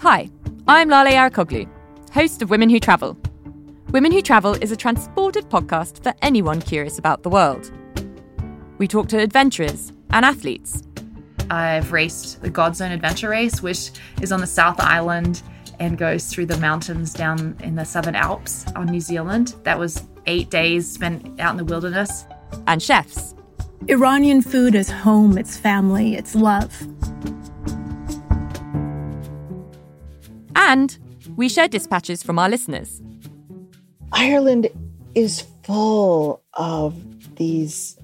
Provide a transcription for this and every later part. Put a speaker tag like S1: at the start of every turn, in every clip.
S1: Hi, I'm Lale Arakoglu, host of Women Who Travel. Women Who Travel is a transported podcast for anyone curious about the world. We talk to adventurers and athletes.
S2: I've raced the God's Own Adventure Race, which is on the South Island and goes through the mountains down in the Southern Alps on New Zealand. That was eight days spent out in the wilderness.
S1: And chefs.
S3: Iranian food is home, it's family, it's love.
S1: And we share dispatches from our listeners.
S4: Ireland is full of these,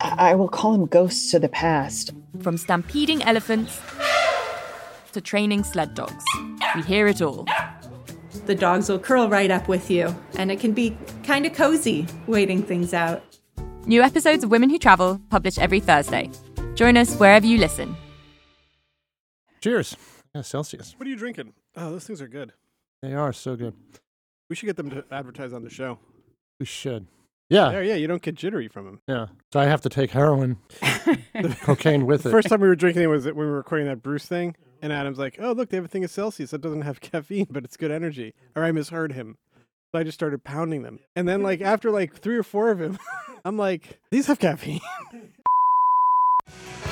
S4: I I will call them ghosts of the past.
S1: From stampeding elephants to training sled dogs. We hear it all.
S5: The dogs will curl right up with you, and it can be kind of cozy waiting things out.
S1: New episodes of Women Who Travel published every Thursday. Join us wherever you listen.
S6: Cheers. Yeah, Celsius.
S7: What are you drinking? Oh, those things are good.
S6: They are so good.
S7: We should get them to advertise on the show.
S6: We should. Yeah.
S7: There, yeah, you don't get jittery from them.
S6: Yeah. So I have to take heroin, cocaine with
S7: The
S6: it.
S7: first time we were drinking it was when we were recording that Bruce thing, and Adam's like, "Oh, look, they have a thing of Celsius that doesn't have caffeine, but it's good energy." Or I misheard him, so I just started pounding them, and then like after like three or four of them, I'm like, "These have caffeine."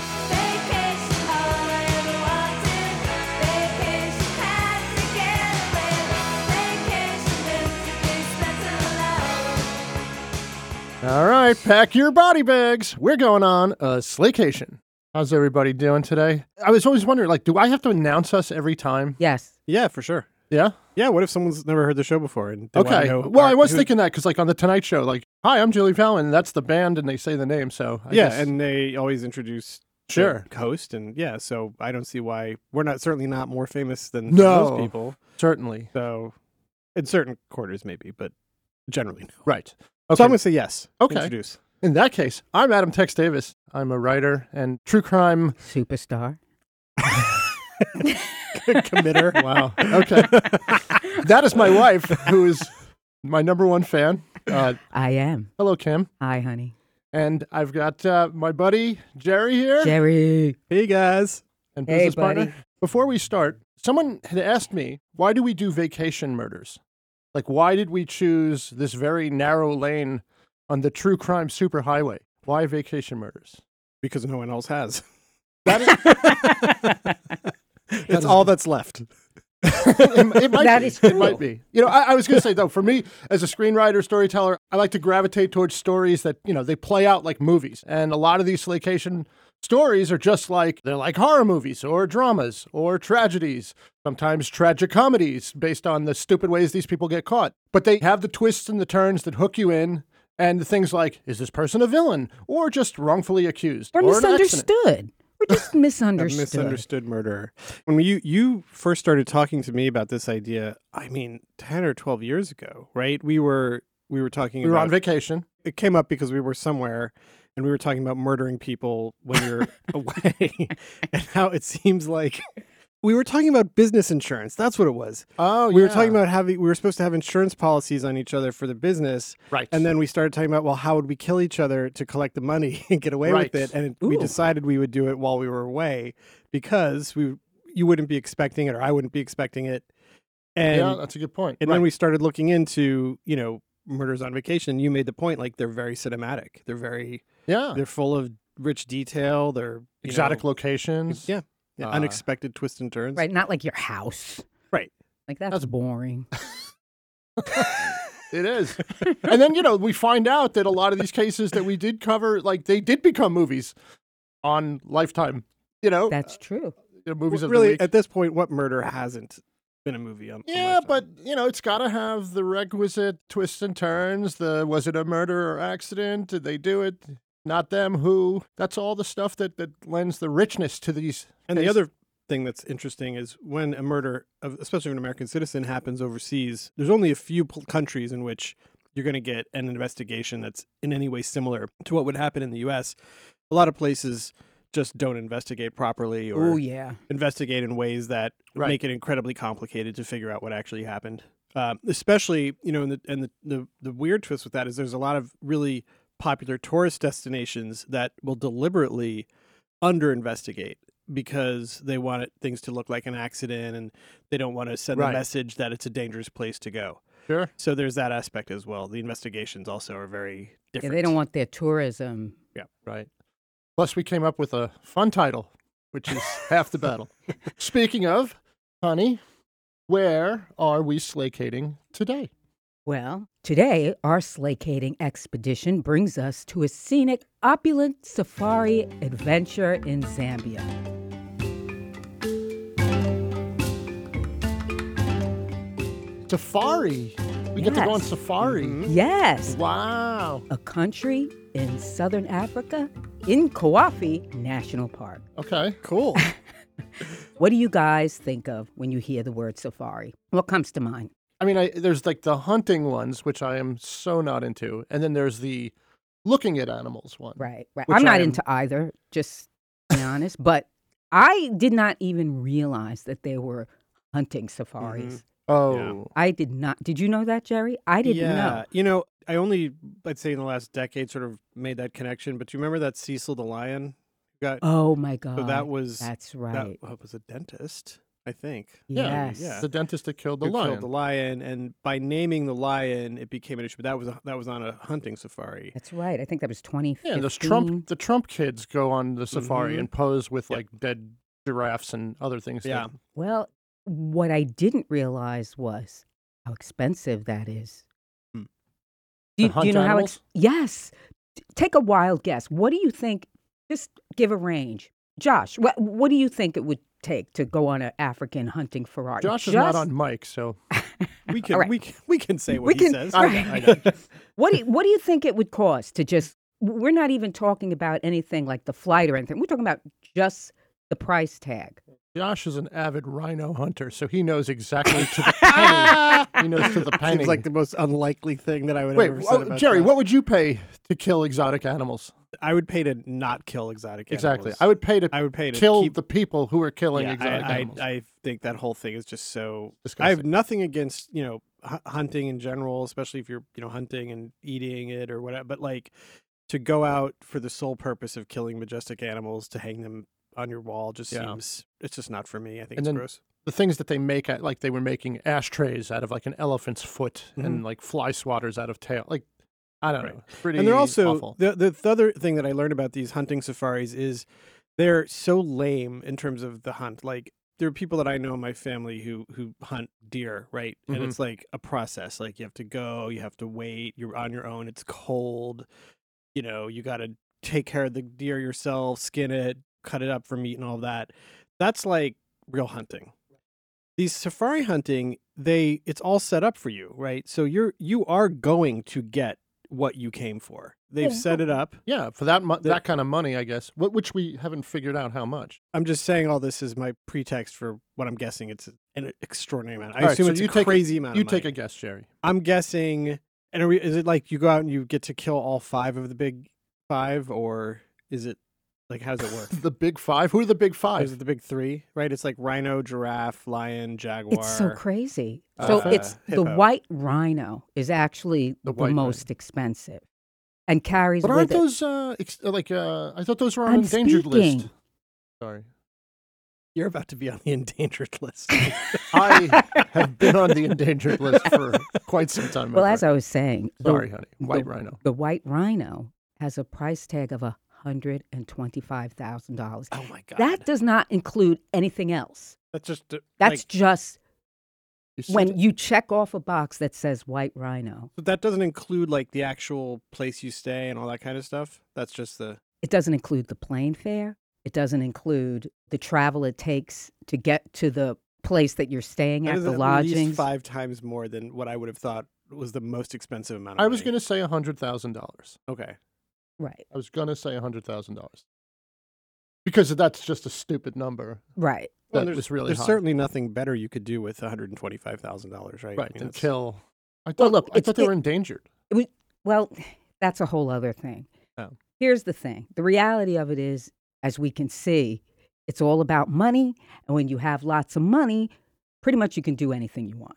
S6: All right, pack your body bags. We're going on a slaycation. How's everybody doing today? I was always wondering, like, do I have to announce us every time?
S8: Yes.
S7: yeah, for sure.
S6: Yeah.
S7: Yeah. What if someone's never heard the show before? And they wanna
S6: Okay.
S7: know
S6: Well, I
S7: our-
S6: was
S7: who-
S6: thinking that because, like, on the Tonight Show, like, hi, I'm Julie Fallon. That's the band, and they say the name. So I
S7: yeah,
S6: guess-
S7: and they always introduce the
S6: Sure.
S7: host, and yeah, so I don't see why we're not certainly not more famous than
S6: No.
S7: those people.
S6: certainly
S7: So, in certain quarters, maybe, but generally, no.
S6: right. Okay.
S7: So I'm going to say yes.
S6: Okay.
S7: Introduce.
S6: In that case, I'm Adam Tex Davis. I'm a writer and true crime.
S8: Superstar.
S6: committer. Wow. Oh, Okay. that is my wife, who is my number one fan. Uh,
S8: I am.
S6: hello, Kim.
S8: Hi, honey.
S6: And I've got uh, my buddy Jerry here
S8: Jerry.
S7: Hey, guys.
S6: and
S8: Hey,
S6: business
S8: buddy.
S6: partner. Before we start, someone had asked me, why do we do vacation murders? Like, why did we choose this very narrow lane on the true crime superhighway? Why vacation murders?
S7: Because no one else has.
S6: is
S7: it's all that's left.
S6: it, it might
S8: That
S6: be.
S8: is
S6: It might
S8: cruel.
S6: be. You know, I, I was going to say though, for me as a screenwriter, storyteller, I like to gravitate towards stories that you know they play out like movies, and a lot of these vacation stories are just like they're like horror movies or dramas or tragedies, sometimes tragic comedies based on the stupid ways these people get caught. But they have the twists and the turns that hook you in. And the things like, is this person a villain or just wrongfully accused
S8: We're
S6: an accident?
S8: misunderstood. We're just
S7: A
S8: misunderstood.
S7: misunderstood murderer. When you, you first started talking to me about this idea, I mean, 10 or 12 years ago, right? We were. We were talking
S6: We were
S7: about
S6: on vacation.
S7: it came up because we were somewhere and we were talking about murdering people when you're away and how it seems like we were talking about business insurance. That's what it was.
S6: Oh,
S7: we were talking about having we were supposed to have insurance policies on each other for the business
S6: right,
S7: and then we started talking about well how would we kill each other to collect the money and get away
S6: Right.
S7: with it and we
S8: Ooh.
S7: decided we would do it while we were away because we you wouldn't be expecting it or I wouldn't be expecting it and
S6: yeah, that's a good point.
S7: and
S6: Right.
S7: then we started looking into, you know, murders on vacation. You made the point like they're very cinematic. They're very
S6: yeah,
S7: they're full of rich detail. They're you
S6: exotic
S7: know,
S6: locations.
S7: Yeah. yeah,
S6: Uh,
S7: unexpected twists and turns.
S8: Right. Not like your house.
S7: Right.
S8: Like that's,
S6: That's-
S8: boring.
S6: It is. and then, you know, we find out that a lot of these cases that we did cover, like they did become movies on Lifetime, you know,
S8: That's true.
S6: uh, movies of
S7: really,
S6: the week.
S7: at this point, what murder hasn't been a movie on? on
S6: yeah,
S7: Lifetime?
S6: but you know, it's got to have the requisite twists and turns. The was it a murder or accident? Did they do it? Not them. Who? That's all the stuff that that lends the richness to these.
S7: and the
S6: cases.
S7: other thing that's interesting is when a murder, of, especially of an American citizen, happens overseas. There's only a few pl- countries in which you're going to get an investigation that's in any way similar to what would happen in the U.S. A lot of places just don't investigate properly, or
S8: Oh yeah.
S7: investigate in ways that
S6: Right.
S7: make it incredibly complicated to figure out what actually happened. Um, especially, you know, and the and the, the the weird twist with that is there's a lot of really popular tourist destinations that will deliberately under investigate because they want it, things to look like an accident and they don't want to send
S6: Right.
S7: the message that it's a dangerous place to go.
S6: Sure.
S7: So there's that aspect as well. The investigations also are very
S8: Yeah,
S7: different.
S8: they don't want their tourism.
S7: Yeah, right.
S6: Plus, we came up with a fun title, which is half the battle. Speaking of, honey, where are we slacating today?
S8: Well, today our sleighcating expedition brings us to a scenic, opulent safari adventure in Zambia.
S6: Safari. We get to go on
S8: Yes. Mm-hmm.
S6: safari.
S8: Yes,
S6: Wow.
S8: a country in southern Africa in Kawafi National Park.
S6: Okay. Cool.
S8: What do you guys think of when you hear the word safari? What comes to mind?
S6: I mean, I, there's like the hunting ones, which I am so not into, and then there's the looking at animals one.
S8: Right, right.
S6: Which
S8: I'm
S6: I
S8: not
S6: am-
S8: into either, just to be honest, but I did not even realize that they were hunting safaris.
S6: Oh,
S8: I did not. Did you know that, Jerry? I didn't
S7: yeah.
S8: know.
S7: You know, I only, I'd say in the last decade, sort of made that connection. But do you remember that Cecil the Lion who got?
S8: Oh my god.
S7: so that was
S8: That's
S7: that
S8: right.
S7: uh, was a dentist, I think.
S6: yeah,
S8: yes.
S7: yeah.
S6: the dentist that killed the
S7: who
S6: lion.
S7: killed the lion, and by naming the lion, it became an issue. But that was a, that was on a hunting safari.
S8: That's right. I think that was 2015.
S6: yeah, those Trump the Trump kids go on the safari
S7: Mhm.
S6: and pose with
S7: Yep.
S6: like dead giraffes and other things.
S7: Yeah.
S6: that-
S8: Well, what I didn't realize was how expensive that is.
S7: Hmm.
S8: Do, you-
S6: To
S8: do you
S6: hunt
S8: know how?
S6: animals?
S8: Ex- yes. T- Take a wild guess. What do you think? Just give a range, Josh. What What do you think it would take to go on an African hunting Ferrari?
S6: Josh is not
S8: Just-
S6: on mic, so
S7: We can
S8: right.
S7: we can, we can say what
S8: We
S7: he
S8: can-
S7: says.
S8: I
S6: know, I know.
S8: What do you, What do you think it would cost to just? We're not even talking about anything like the flight or anything. We're talking about just the price tag.
S6: Josh is an avid rhino hunter, so he knows exactly to the penny. he knows to the penny.
S7: Seems like the most unlikely thing that I would
S6: Wait, oh,
S7: ever said about
S6: Jerry,
S7: that.
S6: what would you pay to kill exotic animals?
S7: I would pay to not kill exotic animals.
S6: Exactly. I would pay to
S7: I would pay to
S6: kill
S7: keep
S6: the people who are killing
S7: Yeah,
S6: exotic
S7: I,
S6: animals.
S7: I, I think that whole thing is just so. I have
S6: Disgusting.
S7: nothing against you know hu- hunting in general, especially if you're you know hunting and eating it or whatever. But like to go out for the sole purpose of killing majestic animals to hang them on your wall just
S6: Yeah.
S7: seems it's just not for me. I
S6: And
S7: think it's
S6: then-
S7: gross.
S6: the things that they make at like they were making ashtrays out of like an elephant's foot and like fly swatters out of tail like i don't
S7: Mm-hmm. Right.
S6: know pretty
S7: and they're also
S6: awful.
S7: the, the the other thing that I learned about these hunting safaris is they're so lame in terms of the hunt. Like there are people that I know in my family who who hunt deer, right?
S6: Mhm.
S7: And it's like a process. Like you have to go, you have to wait, you're on your own, it's cold, you know, you got to take care of the deer yourself, skin it, cut it up for meat and all that. That's like real hunting these safari hunting they it's all set up for you right so you're you are going to get what you came for they've set it up
S6: yeah for that mu-
S7: the-
S6: that kind of money i guess wh- which we haven't figured out how much
S7: i'm just saying all this is my pretext for what i'm guessing it's an extraordinary amount i
S6: All right,
S7: assume
S6: so
S7: it's
S6: you
S7: a
S6: take a-
S7: crazy amount
S6: you
S7: of money.
S6: take a guess jerry
S7: i'm guessing and are we, is it like you go out and you get to kill all five of the big five or is it like how does it work
S6: the big five who are the big
S7: Or is it
S6: five
S7: the big three right it's like rhino giraffe lion jaguar
S8: It's so crazy. So
S7: uh,
S8: it's the
S7: hippo.
S8: white rhino is actually
S6: The
S8: the,
S6: white
S8: most expensive, and carries
S6: but
S8: with
S6: aren't
S8: it.
S6: those uh ex- like uh i thought those were on
S8: I'm
S6: endangered list
S8: speaking.
S6: sorry
S7: you're about to be on the endangered list
S6: i have been on the endangered list for quite some time my
S8: well, as
S6: friend.
S8: I was saying, the-
S6: sorry honey white
S8: the-
S6: rhino
S8: The white rhino has a price tag of a hundred and twenty-five thousand dollars.
S7: oh my god
S8: That does not include anything else.
S7: that's just uh,
S8: That's
S7: like-
S8: just
S6: You said
S8: when you check off a box that says white rhino.
S7: But that doesn't include like the actual place you stay and all that kind of stuff. That's just the
S8: It doesn't include the plane fare. It doesn't include the travel it takes to get to the place that you're staying
S7: that
S8: at,
S7: is
S8: the
S7: at
S8: lodgings.
S7: least five times more than what I would have thought was the most expensive amount. Of
S6: i was
S7: money.
S6: gonna say a hundred thousand dollars
S7: okay.
S8: Right,
S6: I was gonna say hundred thousand dollars because that's just a stupid number.
S8: right.
S6: That
S7: there's
S6: was really
S7: there's
S6: high.
S7: certainly nothing better you could do with one hundred and twenty five thousand dollars, right?
S6: Right,
S7: I mean,
S6: and
S7: that's-
S6: kill. I thought,
S8: Well, look,
S6: I
S8: it's-
S6: thought they
S8: it-
S6: were endangered.
S8: It was, well, that's a whole other thing.
S6: Oh.
S8: Here's the thing the reality of it is, as we can see, it's all about money. And when you have lots of money, pretty much you can do anything you want.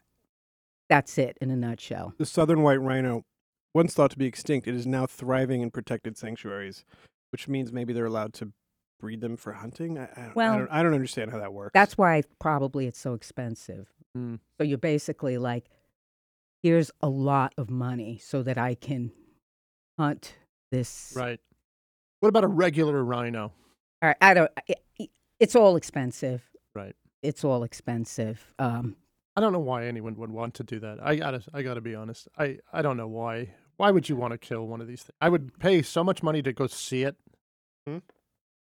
S8: That's it in a nutshell.
S7: The southern white rhino, once thought to be extinct, it is now thriving in protected sanctuaries, which means maybe they're allowed to breed them for hunting? I, I, don't- I
S8: Well,
S7: don't, I don't understand how that works.
S8: That's why probably it's so expensive.
S7: Mm.
S8: So you're basically like, here's a lot of money so that I can hunt this.
S6: Right. What about a regular rhino?
S8: All right, I don't. It, it- it's all expensive.
S6: Right.
S8: It's all expensive. Um,
S6: I don't know why anyone would want to do that. I gotta, I gotta be honest. I, I don't know why. Why would you want to kill one of these things? I would pay so much money to go see it,
S7: Hmm.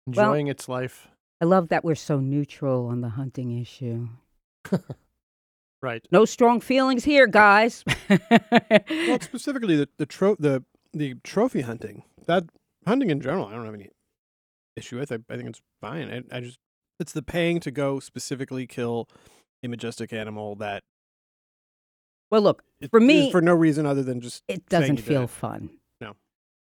S6: enjoying its life.
S8: I love that we're so neutral on the hunting issue.
S6: Right.
S8: No strong feelings here, guys.
S7: well, specifically the the, tro- the the trophy hunting. That hunting in general, I don't have any issue with. I, I think it's fine. I, I just it's the paying to go specifically kill a majestic animal that
S8: well, look,
S7: it-
S8: For
S7: is
S8: me-
S7: for no reason other than just
S8: It
S7: saying
S8: doesn't
S7: you did
S8: feel
S7: it.
S8: fun.
S7: No.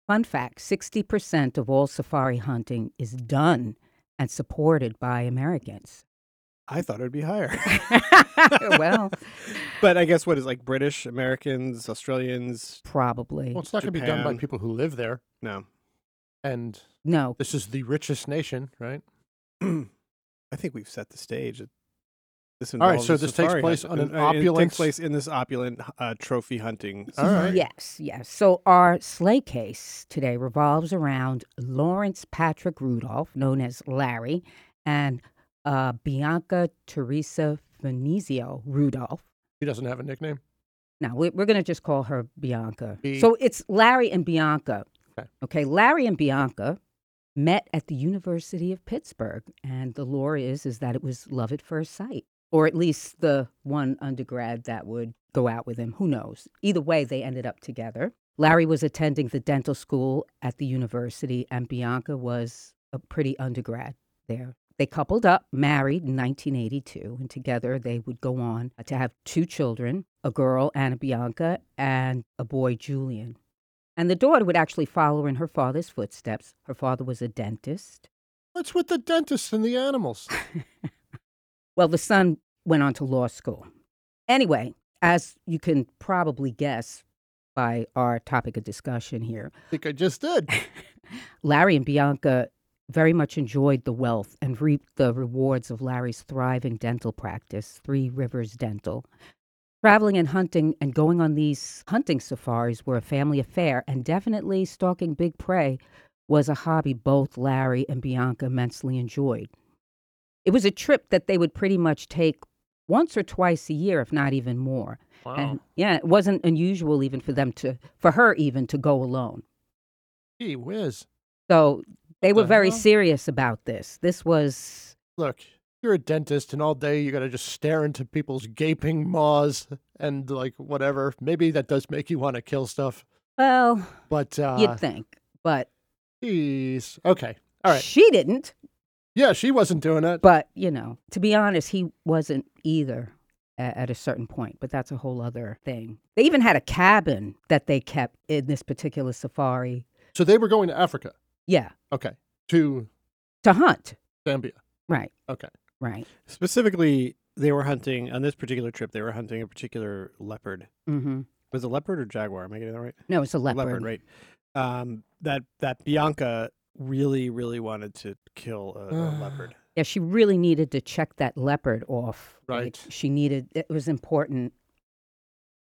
S8: Fun fact 60% of all safari hunting is done and supported by Americans.
S7: I thought it would be higher.
S8: Oh, well,
S7: but I guess what is like British, Americans, Australians?
S8: probably.
S6: Well, it's not going to be done by
S7: Japan.
S6: people who live there,
S7: No,
S6: and
S8: no.
S6: this is the richest nation, right?
S7: I think we've set the stage. It- This
S6: right,
S7: involves
S6: so
S7: a
S6: this takes
S7: safari
S6: place
S7: hunt,
S6: on
S7: and-
S6: an
S7: uh, and It
S6: opulent-
S7: takes place in this opulent uh, trophy hunting.
S6: All right.
S8: Yes, yes. So our sleigh case today revolves around Lawrence Patrick Rudolph, known as Larry, and uh, Bianca Teresa Venizio Rudolph.
S6: He doesn't have a nickname.
S8: No, we, we're going to just call her Bianca.
S6: Bi-
S8: so it's Larry and Bianca.
S6: Okay.
S8: Okay, Larry and Bianca met at the University of Pittsburgh, and the lore is is that it was love at first sight, or at least the one undergrad that would go out with him. Who knows? Either way, they ended up together. Larry was attending the dental school at the university, and Bianca was a pretty undergrad there. They coupled up, married in 1982, and together they would go on to have two children a girl, Anna Bianca, and a boy, Julian. And the daughter would actually follow in her father's footsteps. Her father was a dentist.
S6: What's with the dentists and the animals?
S8: Well, the son went on to law school. Anyway, as you can probably guess by our topic of discussion here,
S6: I think I just did.
S8: Larry and Bianca very much enjoyed the wealth and reaped the rewards of Larry's thriving dental practice, Three Rivers Dental. Traveling and hunting and going on these hunting safaris were a family affair, and definitely stalking big prey was a hobby both Larry and Bianca immensely enjoyed. It was a trip that they would pretty much take once or twice a year, if not even more.
S6: Wow.
S8: And yeah, it wasn't unusual even for them to, for her even to go alone.
S6: Gee whiz.
S8: So they
S6: What
S8: were
S6: the
S8: very
S6: hell?
S8: serious about this. This was
S6: Look, you're a dentist, and all day you got to just stare into people's gaping maws and like whatever. Maybe that does make you want to kill stuff,
S8: well,
S6: but uh,
S8: you'd think, but
S6: Jeez. Okay. All right.
S8: she didn't.
S6: Yeah, she wasn't doing it.
S8: But you know, to be honest, he wasn't either a- at a certain point. But that's a whole other thing. They even had a cabin that they kept in this particular safari.
S6: So they were going to Africa.
S8: Yeah,
S6: Okay. To
S8: to hunt.
S6: Zambia.
S8: Right,
S6: Okay.
S8: right.
S7: Specifically, they were hunting on this particular trip. They were hunting a particular leopard.
S8: Mm-hmm.
S7: Was it leopard or jaguar? Am I getting that right?
S8: No, it's a leopard.
S7: leopard, right? Um, that that Bianca really, really wanted to kill a, a
S8: Ah.
S7: leopard.
S8: Yeah, she really needed to check that leopard off. Like,
S6: Right.
S8: she needed. It was important.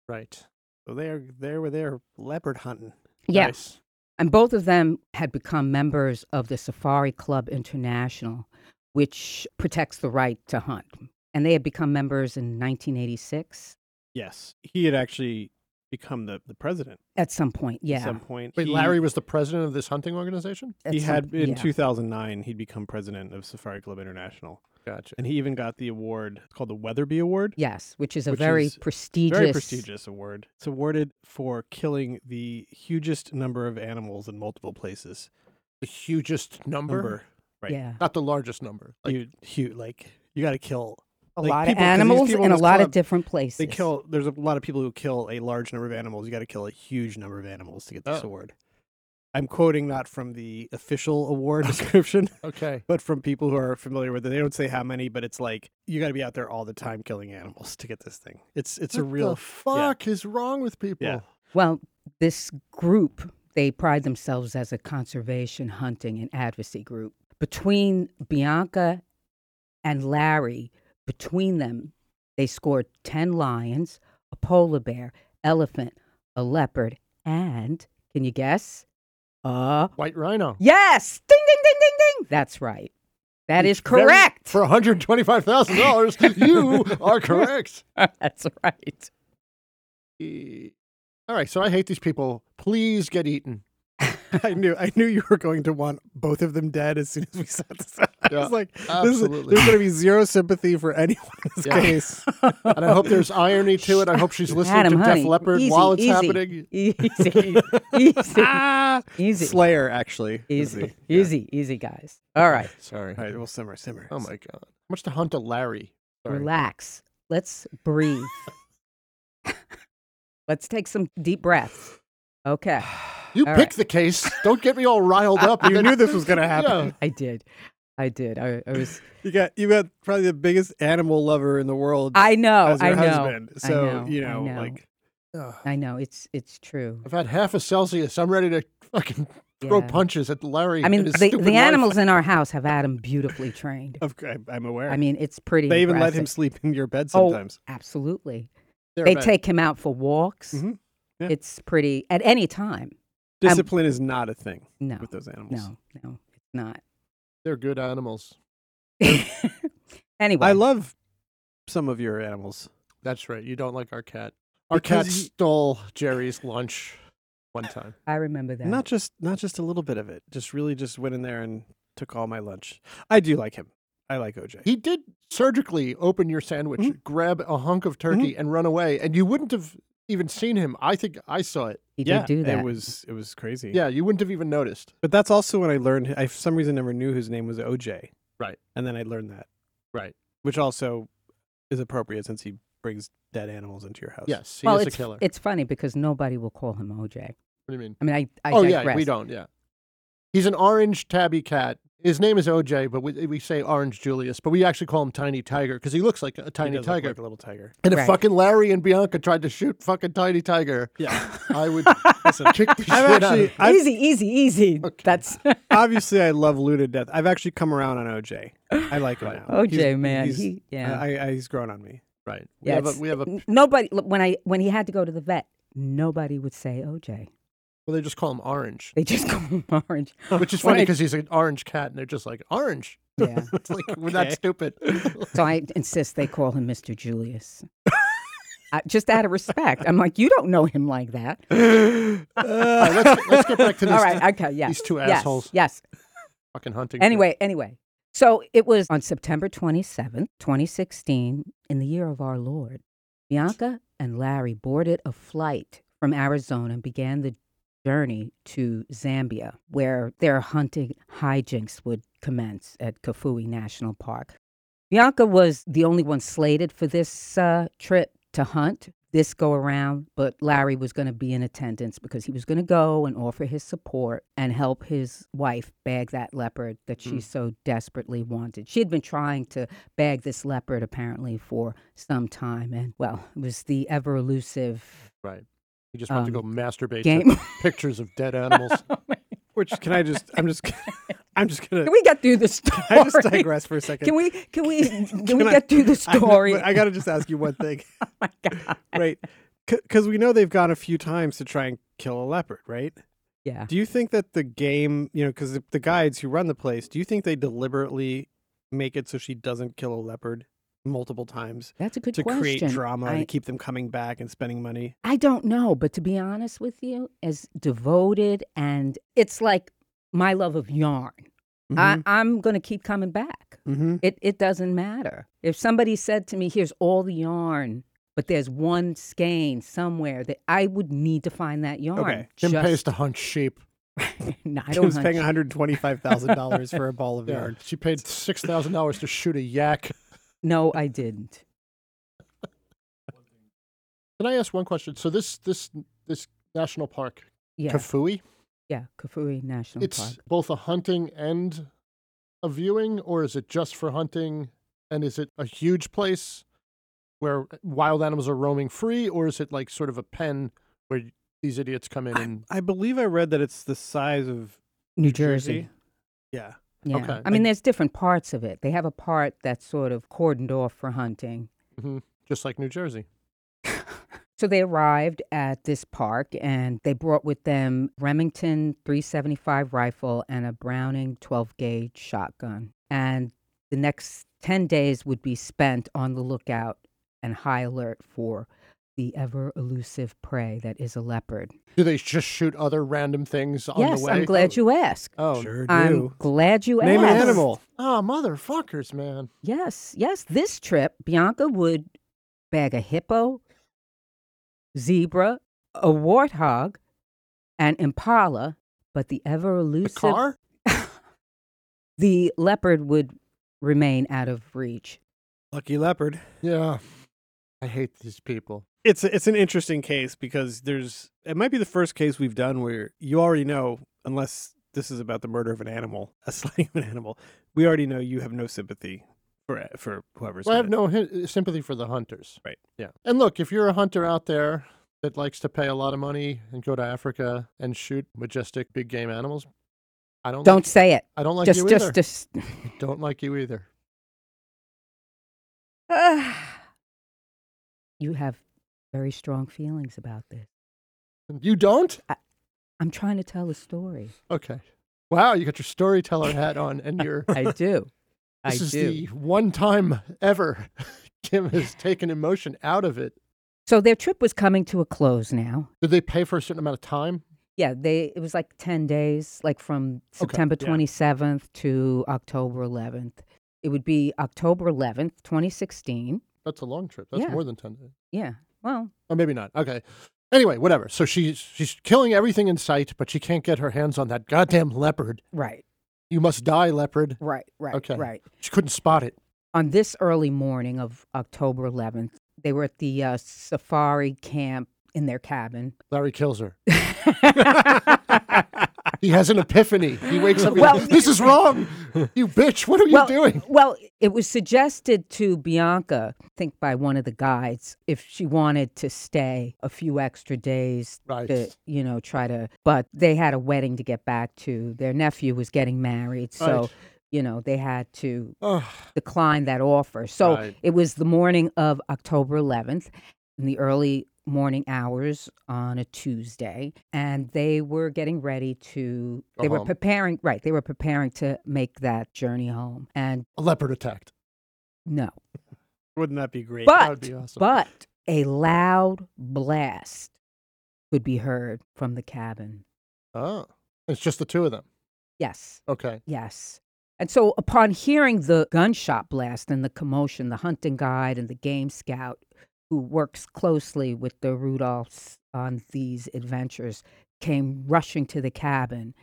S6: Right.
S7: So they are they were there leopard hunting.
S8: Yeah.
S6: Nice.
S8: And both of them had become members of the Safari Club International, which protects the right to hunt. And they had become members in 1986
S7: Yes, he had actually become the the president
S8: at some point. Yeah.
S7: at some point.
S6: Wait,
S7: He-
S6: Larry was the president of this hunting organization?
S8: at
S7: He
S8: some-
S7: had in
S8: yeah.
S7: 2009 he'd become president of Safari Club International,
S6: Gotcha.
S7: and he even got the award it's called the Weatherby Award.
S8: Yes, which is a
S7: which
S8: very
S7: is very
S8: prestigious.
S7: Very prestigious award. It's awarded for killing the hugest number of animals in multiple places.
S6: The hugest number?
S7: Number, right?
S8: Yeah.
S6: Not the largest number. Like,
S7: you, hu- like you got to kill
S8: A
S7: like
S8: lot
S7: people- 'cause these
S8: of animals
S7: people
S8: in a
S7: this
S8: lot of
S7: club,
S8: different places.
S7: They kill. There's a lot of people who kill a large number of animals. You got to kill a huge number of animals to get this
S6: Oh.
S7: award. I'm quoting not from the official award description,
S6: okay.
S7: but from people who are familiar with it. They don't say how many, but it's like you got to be out there all the time killing animals to get this thing. It's it's a
S6: What
S7: real
S6: the fuck is wrong with people?
S7: Yeah.
S8: Well, this group, they pride themselves as a conservation, hunting, and advocacy group. between Bianca and Larry, between them, they scored 10 lions, a polar bear, elephant, a leopard, and can you guess? Uh,
S6: White rhino.
S8: yes! Ding, ding, ding, ding, ding! That's right. That is
S6: Very-
S8: correct.
S6: For $125,000, you are correct. E,
S8: That's right.
S6: All right, so I hate these people. Please get eaten.
S7: I knew I knew you were going to want both of them dead as soon as we set this up. I
S6: Yeah,
S7: was like, this is-
S6: absolutely.
S7: there's going to be zero sympathy for anyone in this
S6: Yeah.
S7: case.
S6: And I hope there's irony to it. I hope she's listening
S8: Adam,
S6: to
S8: honey,
S6: Def Leppard
S8: easy,
S6: while it's
S8: easy,
S6: happening.
S8: Easy. easy.
S7: ah,
S8: Easy.
S7: Slayer, actually. is
S8: Easy.
S7: the- yeah.
S8: Easy. Easy, guys. All right.
S6: Sorry.
S7: All right, well, simmer, simmer.
S6: Oh my god. How much to hunt a Larry? Sorry.
S8: Relax. Let's breathe. Let's take some deep breaths. Okay.
S6: You
S8: All
S6: picked
S8: right.
S6: the case. Don't get me all riled up.
S7: You knew this was going to happen.
S6: Yeah.
S8: I did. I did. I, I was.
S7: You got you got probably the biggest animal lover in the world.
S8: I know.
S7: as your
S8: I know.
S7: husband.
S8: I
S7: So
S8: know,
S7: you
S8: I
S7: know,
S8: know.
S7: like, ugh.
S8: I know. It's it's true.
S6: I've had half a Celsius. I'm ready to fucking throw
S8: Yeah.
S6: punches at Larry.
S8: I mean,
S6: and his
S8: the,
S6: stupid
S8: the
S6: wife.
S8: animals in our house have Adam beautifully trained.
S7: of, I, I'm aware.
S8: I mean, it's pretty.
S7: they even let him
S8: impressive.
S7: sleep in your bed
S8: Oh,
S7: sometimes.
S8: Absolutely.
S6: They're
S8: They
S6: bad.
S8: take him out for walks.
S7: Mhm. Yeah.
S8: It's pretty at any time.
S7: Discipline is not a thing
S8: um, No.
S7: with those animals.
S8: No. No. It's not.
S6: They're good animals.
S8: anyway.
S7: I love some of your animals.
S6: That's right. You don't like our cat. Our
S7: Because
S6: cat
S7: he-
S6: stole Jerry's lunch one time.
S8: I remember that.
S7: Not just not just a little bit of it. Just really just went in there and took all my lunch. I do like him. I like OJ.
S6: He did surgically open your sandwich,
S8: Mm-hmm.
S6: grab a hunk of turkey, and run away. And you wouldn't have even seen him. I think I saw it.
S8: he
S7: yeah,
S8: did do that.
S7: It was it was crazy.
S6: Yeah, you wouldn't have even noticed.
S7: But that's also when I learned I for some reason never knew his name was OJ.
S6: Right.
S7: And then I learned that.
S6: Right.
S7: Which also is appropriate since he brings dead animals into your house.
S6: Yes, he
S8: well,
S6: is a
S8: it's,
S6: killer.
S8: it's funny because nobody will call him OJ.
S6: what do you mean?
S8: I mean, I, I
S6: oh
S8: digress.
S6: yeah, we don't. Yeah, he's an orange tabby cat. His name is OJ, but we, we say Orange Julius, but we actually call him Tiny Tiger because he looks like a
S7: He
S6: tiny
S7: does look
S6: tiger.
S7: like a little tiger.
S6: and if
S8: Right.
S6: fucking Larry and Bianca tried to shoot fucking Tiny Tiger,
S7: Yeah.
S6: I would kick the shit
S7: I've
S6: out of
S7: actually
S6: him.
S7: I've,
S8: easy, easy, easy. That's
S7: obviously I love Lou to death. I've actually come around on OJ. I like him now.
S8: OJ,
S7: He's-
S8: man.
S7: he's-
S8: He- yeah.
S7: I, I, he's grown on me.
S6: Right. We
S8: yeah.
S6: have a,
S8: it's-
S6: we have a.
S8: n- nobody look, when I when he had to go to the vet, nobody would say OJ.
S6: Well, they just call him Orange,
S8: They just call him Orange.
S6: which is
S8: When
S6: funny
S8: I-
S6: because he's an orange cat, and they're just like Orange.
S8: Yeah.
S6: It's like we're not
S7: Okay.
S6: stupid.
S8: So I insist they call him Mr. Julius. I, just out of respect, I'm like, you don't know him like that.
S6: All right, let's, let's get back to these
S8: All right, okay, yeah.
S6: these two
S8: Yes,
S6: assholes.
S8: Yes.
S6: fucking hunting. trip.
S8: Anyway, anyway. So it was on September 27th, 2016, in the year of our Lord. Bianca and Larry boarded a flight from Arizona and began the journey to Zambia, where their hunting hijinks would commence at Kafue National Park. Bianca was the only one slated for this uh, trip to hunt this go around, but Larry was going to be in attendance because he was going to go and offer his support and help his wife bag that leopard that
S7: Hmm.
S8: she so desperately wanted. She had been trying to bag this leopard apparently for some time, and well, it was the ever elusive
S6: right. You just want to
S8: um,
S6: go masturbate to
S8: game.
S6: pictures of dead animals.
S7: Which can I just I'm just I'm just gonna
S8: Can we get through the story?
S7: I just digress for a second.
S8: Can we? Can we? Can, we
S7: Can I-
S8: get through the
S7: I know,
S8: story?
S7: but I, got to just ask you one thing,
S8: oh my god!
S7: right? Because we know they've gone a few times to try and kill a leopard, right?
S8: Yeah.
S7: Do you think that the game, you know, because the, the guides who run the place, do you think they deliberately make it so she doesn't kill a leopard multiple times
S8: That's a good
S7: to
S8: question.
S7: create drama
S8: I-
S7: to keep them coming back and spending money?
S8: I don't know, but to be honest with you, as devoted and it's like my love of yarn. I, I'm going to keep coming back.
S7: mm-hmm.
S8: It it doesn't matter. If somebody said to me, "Here's all the yarn," but there's one skein somewhere that I would need to find that yarn.
S7: Okay.
S6: Jim pays
S8: Just,
S6: to hunt sheep.
S8: no, I
S7: She
S8: don't
S7: was
S8: hunt
S7: paying
S8: sheep.
S7: one hundred twenty-five thousand dollars for a ball of
S6: Yeah,
S7: yarn.
S6: she paid six thousand dollars to shoot a yak.
S8: No, I didn't.
S6: Can I ask one question? So this this this national park,
S8: Yeah,
S6: Kafui,
S8: yeah, Kafui National
S6: it's
S8: Park.
S6: both a hunting and a viewing, or is it just for hunting? And is it a huge place where wild animals are roaming free, or is it like sort of a pen where these idiots come in
S7: I,
S6: and
S7: I believe I read that it's the size of
S8: New Jersey.
S7: Yeah.
S8: Yeah.
S6: Okay.
S8: I mean, there's different parts of it. They have a part that's sort of cordoned off for hunting.
S6: Just like New Jersey.
S8: So they arrived at this park and they brought with them Remington 375 rifle and a Browning 12 gauge shotgun. And the next 10 days would be spent on the lookout and high alert for the ever elusive prey that is a leopard.
S6: Do they just shoot other random things on
S8: yes,
S6: the way?
S8: I'm glad you asked.
S6: Oh,
S7: sure
S8: I'm
S7: do.
S8: glad you
S7: Name
S8: asked.
S7: an animal.
S6: Ah, motherfuckers, man.
S8: Yes, yes. This trip, Bianca would bag a hippo, zebra, a warthog, an impala, but the ever
S6: The
S8: elusive
S6: car?
S8: the leopard would remain out of reach.
S7: Lucky leopard.
S6: Yeah. I hate these people.
S7: It's it's an interesting case because there's it might be the first case we've done where you already know unless this is about the murder of an animal, a slaying of an animal, we already know you have no sympathy for for whoever's.
S6: Well, I have
S7: done it.
S6: no hi- uh, sympathy for the hunters.
S7: Right.
S6: Yeah. And look, if you're a hunter out there that likes to pay a lot of money and go to Africa and shoot majestic big game animals, I don't.
S8: Don't
S6: Like,
S8: say it.
S6: I don't like
S8: just,
S6: you
S8: just,
S6: either.
S8: just.
S6: I don't like you either.
S8: you have very strong feelings about this.
S6: You don't?
S8: I'm trying to tell a story.
S6: Okay. Wow, you got your storyteller hat on, and you're.
S8: I do.
S6: This is the one time ever Kim has taken emotion out of it.
S8: So their trip was coming to a close now.
S6: Did they pay for a certain amount of time?
S8: Yeah, they it was like 10 days, like from September
S7: yeah.
S8: 27th to October 11th. It would be October 11th, 2016.
S6: That's a long trip. That's
S8: Yeah.
S6: more than ten days.
S8: Yeah. Well,
S6: Or maybe not. Okay. Anyway, whatever. So she's she's killing everything in sight, but she can't get her hands on that goddamn leopard.
S8: right.
S6: You must die, leopard.
S8: Right, right,
S6: Okay.
S8: right.
S6: She couldn't spot it.
S8: On this early morning of October 11th, they were at the uh, safari camp in their cabin.
S6: Larry kills her. He has an epiphany. He wakes up.
S8: Well-
S6: Well, this is wrong. You bitch. What are you
S8: well,
S6: doing?
S8: Well, it was suggested to Bianca, I think by one of the guides, if she wanted to stay a few extra days
S6: Right.
S8: to, you know, try to but they had a wedding to get back to. Their nephew was getting married, so
S6: Right.
S8: you know, they had to
S6: Ugh.
S8: decline that offer. So
S6: Right.
S8: it was the morning of October 11th in the early morning hours on a Tuesday and they were getting ready to
S6: Go
S8: they were
S6: home.
S8: preparing right they were preparing to make that journey home and
S6: a leopard attacked.
S8: no
S7: Wouldn't that be great?
S8: But-
S6: that would be awesome.
S8: But a loud blast could be heard from the cabin.
S6: oh, it's just the two of them.
S8: Yes,
S6: Okay.
S8: yes. And so, upon hearing the gunshot blast and the commotion, the hunting guide and the game scout, who works closely with the Rudolphs on these adventures, came rushing to the cabin.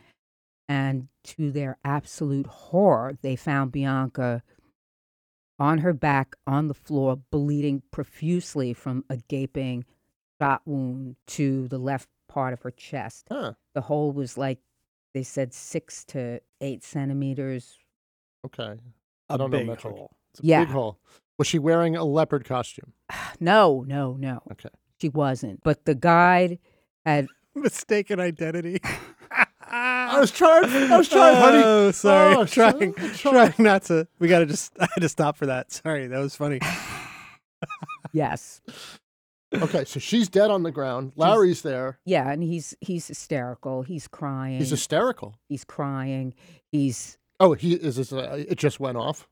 S8: And to their absolute horror, they found Bianca on her back on the floor, bleeding profusely from a gaping shot wound to the left part of her chest.
S6: Huh.
S8: The hole was like, they said, six to eight centimeters.
S6: Okay.
S7: a
S6: I don't know
S7: big
S6: metric.
S7: hole.
S6: It's a
S8: Yeah.
S6: big hole. Was she wearing a leopard costume?
S8: No, no, no.
S6: Okay.
S8: She wasn't. But the guide had
S7: Mistaken identity.
S6: I was trying. I was trying, honey.
S7: Oh, sorry.
S6: Oh,
S7: trying,
S6: sorry.
S7: trying not to. We gotta just. I had to stop for that. Sorry, that was funny.
S8: yes.
S6: Okay, so she's dead on the ground. Larry's there.
S8: Yeah, and he's he's hysterical. He's crying.
S6: He's hysterical.
S8: he's crying. He's
S6: Oh, he is. This, uh, it just went off.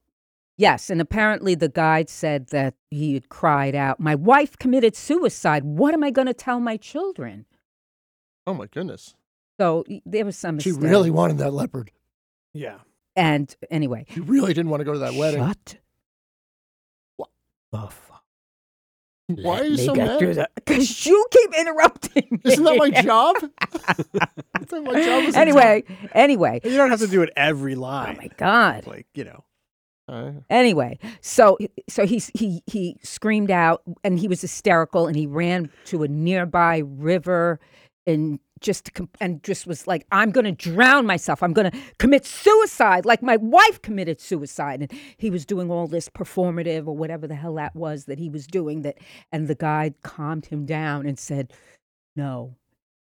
S8: Yes, and apparently the guide said that he had cried out, "My wife committed suicide. What am I going to tell my children?"
S6: Oh my goodness.
S8: So y- there was some
S6: She
S8: mistake.
S6: really wanted that leopard.
S7: Yeah.
S8: and anyway,
S6: She really didn't want to go to that wedding.
S8: Shut
S6: What?
S8: the fuck.
S6: Why are you so mad?
S8: Because you keep interrupting.
S6: Isn't that my
S8: me.
S6: job? That's not my job is to-
S8: Anyway, anyway.
S7: You don't have to do it every
S8: Oh
S7: line.
S8: my god.
S7: Like you know.
S6: Uh,
S8: Anyway, so so he he he screamed out and he was hysterical and he ran to a nearby river and just com- and just was like I'm going to drown myself. I'm going to commit suicide like my wife committed suicide and he was doing all this performative or whatever the hell that was that he was doing that and the guide calmed him down and said no.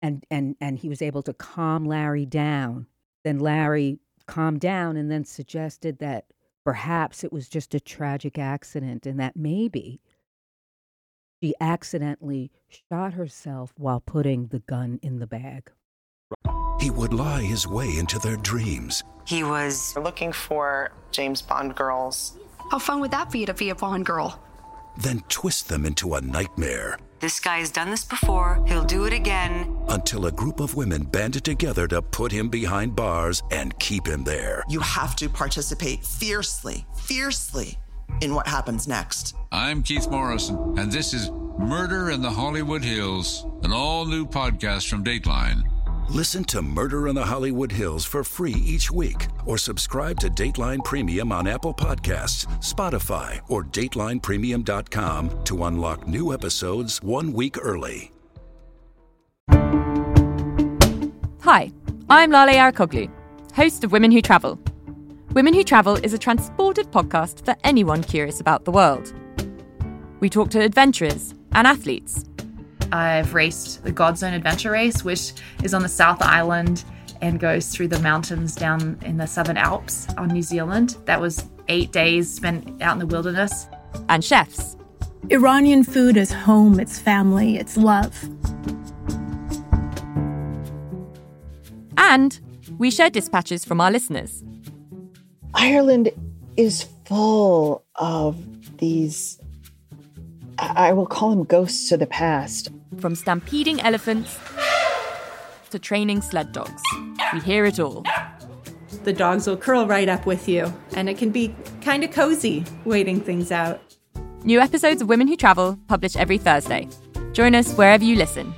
S8: And and and he was able to calm Larry down. Then Larry calmed down and then suggested that perhaps it was just a tragic accident and that maybe she accidentally shot herself while putting the gun in the bag.
S9: He would lie his way into their dreams.
S10: He was
S11: looking for James Bond girls.
S12: How fun would that be to be a Bond girl?
S9: then twist them into a nightmare.
S10: This guy's done this before, he'll do it again.
S9: Until a group of women banded together to put him behind bars and keep him there.
S11: You have to participate fiercely, fiercely in what happens next.
S13: I'm Keith Morrison, and this is Murder in the Hollywood Hills, an all new podcast from Dateline.
S9: Listen to Murder in the Hollywood Hills for free each week or subscribe to Dateline Premium on Apple Podcasts, Spotify, or datelinepremium.com to unlock new episodes one week early.
S1: Hi, I'm Lale Arakoglu, host of Women Who Travel. Women Who Travel is a transported podcast for anyone curious about the world. We talk to adventurers and athletes
S2: I've raced the Godzone Adventure Race, which is on the South Island and goes through the mountains down in the Southern Alps on New Zealand. That was eight days spent out in the wilderness.
S1: And chefs.
S3: Iranian food is home, it's family, it's love.
S1: And we share dispatches from our listeners.
S4: Ireland is full of these I will call them ghosts of the past.
S1: From stampeding elephants to training sled dogs, we hear it all.
S5: The dogs will curl right up with you, and it can be kind of cozy waiting things out.
S1: New episodes of Women Who Travel published every Thursday. Join us wherever you listen.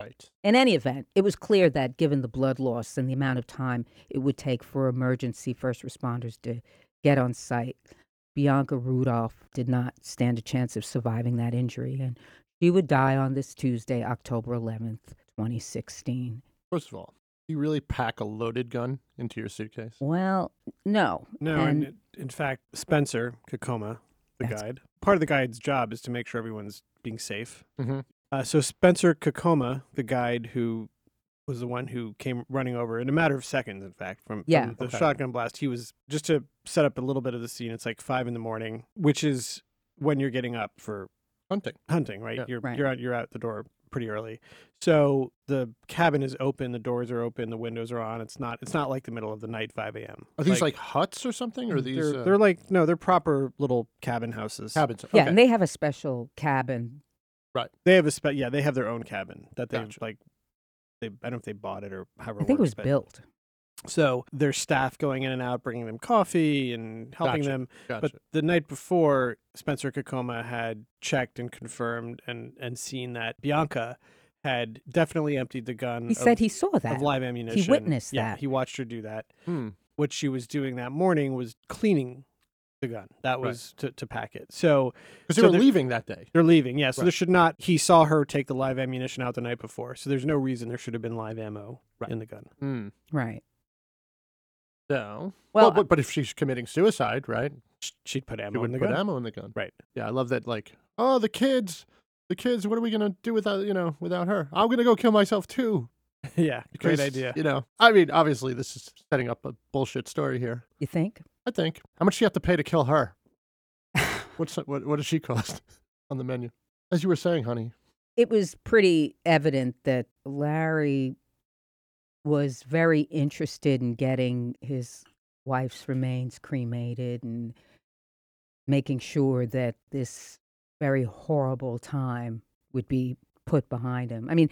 S6: Right.
S8: In any event, it was clear that given the blood loss and the amount of time it would take for emergency first responders to get on site, Bianca Rudolph did not stand a chance of surviving that injury, and she would die on this Tuesday, October 11th, 2016.
S6: First of all, you really pack a loaded gun into your suitcase?
S8: Well, no.
S7: No, and, in fact, Spencer Kakoma, the
S8: That's-
S7: guide, part of the guide's job is to make sure everyone's being safe.
S6: Mhm.
S7: Uh, so Spencer Kakoma, the guide who was the one who came running over in a matter of seconds, in fact, from, from
S8: Yeah.
S7: the
S6: Okay.
S7: shotgun blast. He was just to set up a little bit of the scene. It's like five in the morning, which is when you're getting up for
S6: Hunting.
S7: hunting, right?
S6: Yeah.
S7: You're
S8: Right.
S7: you're out you're out the door pretty early. So the cabin is open, the doors are open, the windows are on. It's not it's not like the middle of the night, five a.m.
S6: Are these like, huts or something? Or are these
S7: they're,
S6: uh,
S7: they're like no, they're proper little cabin houses.
S6: cabins?
S8: Yeah,
S6: Okay.
S8: and they have a special cabin.
S7: They have a spe- yeah, they have their own cabin that they
S6: Gotcha.
S7: like. They I don't know if they bought it or however.
S8: I think it
S7: works,
S8: was
S7: but-
S8: built.
S7: So their staff going in and out, bringing them coffee and helping
S6: Gotcha.
S7: them.
S6: gotcha.
S7: But the night before, Spencer Kakoma had checked and confirmed and and seen that Bianca had definitely emptied the gun.
S8: He
S7: Mm, of-
S8: said he saw that.
S7: of live ammunition.
S8: witnessed
S7: yeah,
S8: that.
S7: He watched her do that.
S6: Hmm.
S7: What she was doing that morning was cleaning the gun. That
S6: Right.
S7: was to, to pack it. So
S6: Because
S7: so
S6: they were
S7: there-
S6: leaving that day.
S7: they're leaving. Yeah. So
S6: Right.
S7: there should not. He saw her take the live ammunition out the night before. So there's no reason there should have been live ammo
S6: Right.
S7: in the gun.
S6: Hmm.
S8: Right.
S6: So, well,
S8: Well,
S6: but, but if she's committing suicide, right?
S7: Sh- She'd put
S6: She
S7: ammo in
S6: would
S7: the
S6: put
S7: gun.
S6: ammo in the gun.
S7: Right.
S6: Yeah, I love that. Like, oh, the kids, the kids. What are we gonna do without you know without her? I'm gonna go kill myself too.
S7: yeah. Great
S6: because,
S7: idea.
S6: You know, I mean, obviously this is setting up a bullshit story here.
S8: You think?
S6: I think. How much do you have to pay to kill her? What's what? What does she cost on the menu? As you were saying, honey.
S8: It was pretty evident that Larry was very interested in getting his wife's remains cremated and making sure that this very horrible time would be put behind him. I mean,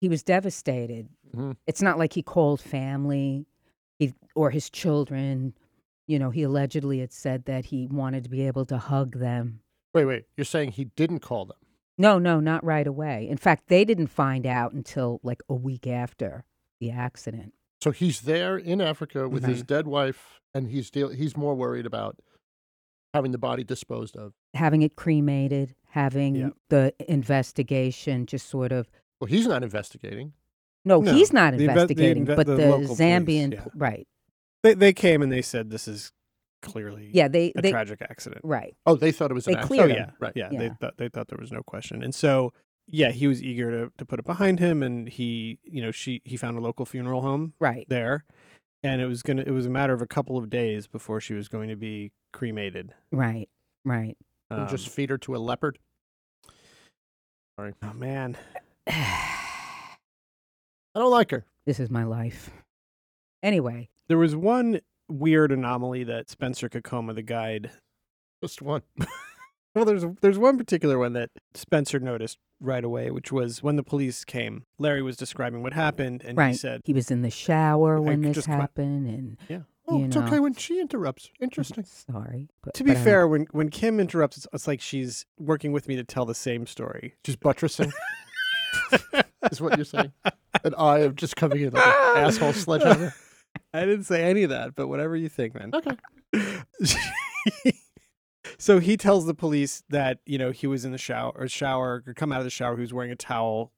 S8: he was devastated.
S6: Mhm.
S8: It's not like he called family he, or his children. You know, he allegedly had said that he wanted to be able to hug them.
S6: Wait, wait. You're saying he didn't call them?
S8: No, no, not right away. In fact, they didn't find out until like a week after the accident.
S6: So he's there in Africa with
S7: Mm-hmm.
S6: his dead wife, and he's deal- he's more worried about having the body disposed of.
S8: Having it cremated, having
S7: Yeah.
S8: the investigation just sort of
S6: Well, he's not investigating.
S8: no,
S7: No,
S8: he's not
S7: the inve- the
S8: investigating,
S7: inve-
S8: but
S7: the
S8: the,
S7: local police,
S8: Zambian
S7: yeah.
S8: right.
S7: They they came and they said this is clearly
S8: Yeah, they
S7: a
S8: they
S7: tragic accident.
S8: right.
S6: Oh, they thought it was an
S8: They
S6: accident.
S8: cleared
S7: oh,
S8: him.
S7: yeah,
S6: Right.
S7: Yeah, they
S8: Yeah.
S7: thought they thought there was no question, and so yeah, he was eager to, to put it behind him, and he you know she he found a local funeral home
S8: Right.
S7: there, and it was gonna it was a matter of a couple of days before she was going to be cremated.
S8: Right. Right.
S6: And just
S7: Um,
S6: feed her to a leopard. Sorry.
S7: Oh man.
S6: I don't like her.
S8: This is my life. Anyway,
S7: There was one weird anomaly that Spencer Kakoma, the guide,
S6: just one.
S7: well, there's there's one particular one that Spencer noticed right away, which was when the police came. Larry was describing what happened, and
S8: right.
S7: he said,
S8: was in the shower when
S7: could
S8: this
S7: just cla-
S8: happened, and
S7: "Yeah."
S6: Oh,
S8: you
S6: it's
S8: know,
S6: okay when she interrupts. Interesting.
S8: sorry. But,
S7: To be
S8: but um, I-
S7: fair, when when Kim interrupts, it's, it's like she's working with me to tell the same story.
S6: She's buttressing. is what you're saying. And I am just coming in like an asshole sledgehammer.
S7: I didn't say any of that, but whatever you think, man.
S6: Okay.
S7: so he tells the police that you know he was in the shower or shower or come out of the shower he was wearing a towel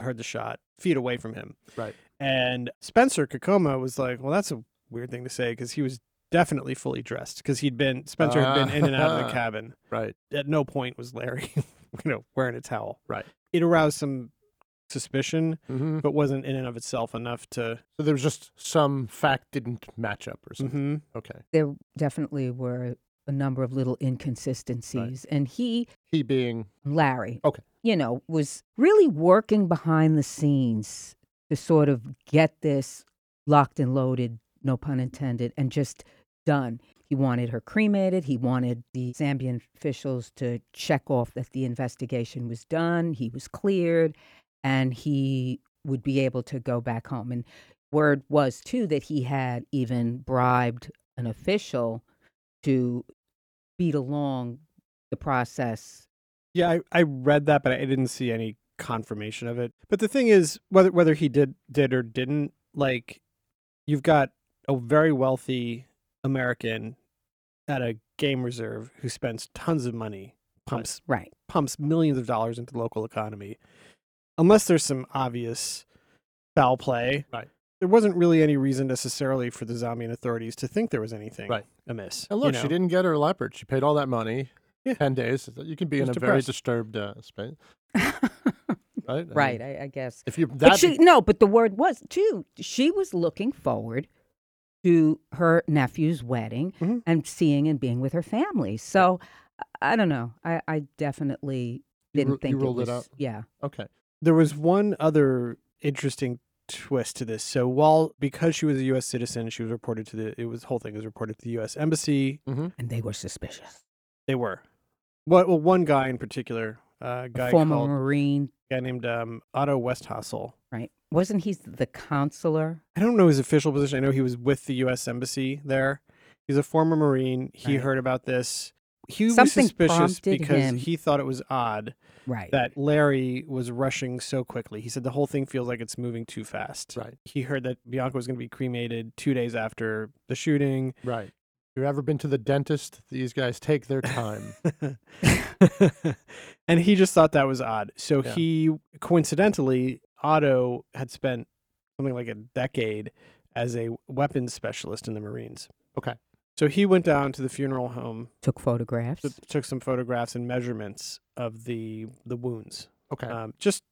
S7: heard the shot feet away from him
S6: Mm-hmm. Right.
S7: and spencer kakoma was like well that's a weird thing to say because he was definitely fully dressed because he'd been spencer had been in and out of the
S6: Ah.
S7: cabin
S6: Right.
S7: at no point was larry you know wearing a towel
S6: Right.
S7: it aroused some suspicion
S6: Mhm.
S7: but wasn't in and of itself enough to
S6: So there was just some fact didn't match up or something.
S7: Mhm.
S6: Okay.
S8: there definitely were a number of little inconsistencies, and he,
S6: He being
S8: Larry,
S6: okay,
S8: you know, was really working behind the scenes to sort of get this locked and loaded, no pun intended, and just done. He wanted her cremated. He wanted the Zambian officials to check off that the investigation was done. He was cleared, and he would be able to go back home. And word was too that he had even bribed an official to beat along the process.
S7: Yeah, I, I read that, but I didn't see any confirmation of it. But the thing is, whether whether he did did or didn't, like you've got a very wealthy American at a game reserve who spends tons of money, pumps
S8: Right.
S7: pumps millions of dollars into the local economy. Unless there's some obvious foul play,
S6: Right.
S7: there wasn't really any reason necessarily for the Zambian authorities to think there was anything
S6: Right.
S7: amiss.
S6: And
S7: you
S6: look, she
S7: know?
S6: didn't get her leopard. She paid all that money. Ten days. You can be in a
S7: She's
S6: very
S7: depressed.
S6: disturbed uh, space. right. I
S8: Right,
S6: mean,
S8: I, I guess.
S6: if you that
S8: but she, no, but the word was too. She was looking forward to her nephew's wedding
S6: Mm-hmm.
S8: and seeing and being with her family. So I I don't know. I, I definitely
S6: You
S8: didn't
S6: ru- you
S8: think
S6: ruled it
S8: was.
S6: out?
S8: Yeah,
S6: okay.
S7: There was one other interesting twist to this. So while because she was a U.S. citizen, she was reported to the it was the whole thing was reported to the U.S. embassy.
S6: Mm-hmm.
S8: and they were suspicious.
S7: They were, well, well, one guy in particular, uh,
S8: A
S7: guy
S8: former
S7: called
S8: Marine,
S7: guy named um, Otto Westhassel.
S8: right? Wasn't he the counselor?
S7: I don't know his official position. I know he was with the U.S. embassy there. He's a former Marine. He
S8: Right.
S7: heard about this. He
S8: Something
S7: was suspicious
S8: prompted
S7: because
S8: him-
S7: he thought it was odd
S8: Right.
S7: that Larry was rushing so quickly. He said the whole thing feels like it's moving too fast.
S6: Right.
S7: He heard that Bianca was going to be cremated two days after the shooting.
S6: Right. If you've ever been to the dentist, these guys take their
S7: Uh,
S6: time.
S7: and he just thought that was odd. So
S6: Yeah.
S7: he coincidentally, Otto had spent something like a decade as a weapons specialist in the Marines.
S6: okay.
S7: So he went down to the funeral home,
S8: Took photographs.
S7: t- took some photographs and measurements of the the wounds,
S6: Okay.
S7: um, just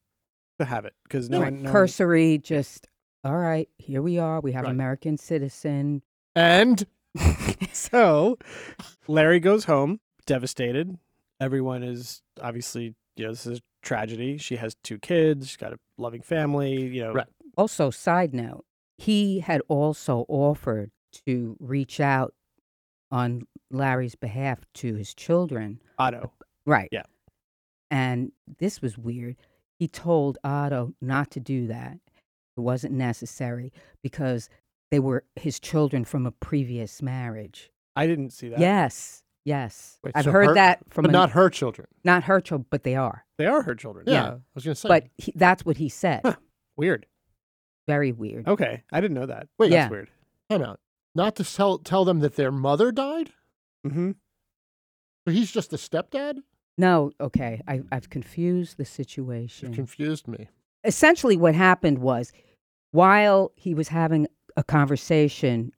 S7: to have it because no,
S8: Right,
S7: one- no one-
S8: Cursory, just all right. Here we are. We have
S6: Right.
S8: American citizen.
S6: and
S7: So Larry goes home devastated. Everyone is obviously, you know, this is a tragedy. She has two kids, she's got a loving family, you know.
S6: Right.
S8: Also, side note, he had also offered to reach out on Larry's behalf to his children.
S7: Otto.
S8: Right.
S7: Yeah.
S8: And this was weird. He told Otto not to do that. It wasn't necessary because they were his children from a previous marriage.
S7: I didn't see that.
S8: Yes. Yes.
S6: Wait,
S8: I've
S6: so
S8: heard
S6: her-
S8: that from
S6: but
S8: an-
S6: not her children.
S8: not her children, but they are.
S7: They are her children.
S6: Yeah. I was gonna say.
S8: But he, that's what he said.
S7: Weird.
S8: Very weird.
S6: Oh.
S7: Okay. I didn't know that.
S6: Wait.
S7: That's
S8: Yeah.
S7: weird.
S6: time out. Not to tell tell them that their mother died.
S7: Mm-hmm.
S6: But he's just the stepdad.
S8: No, okay. I, I've confused the
S6: She
S8: situation.
S6: confused me.
S8: essentially what happened was while he was having a conversation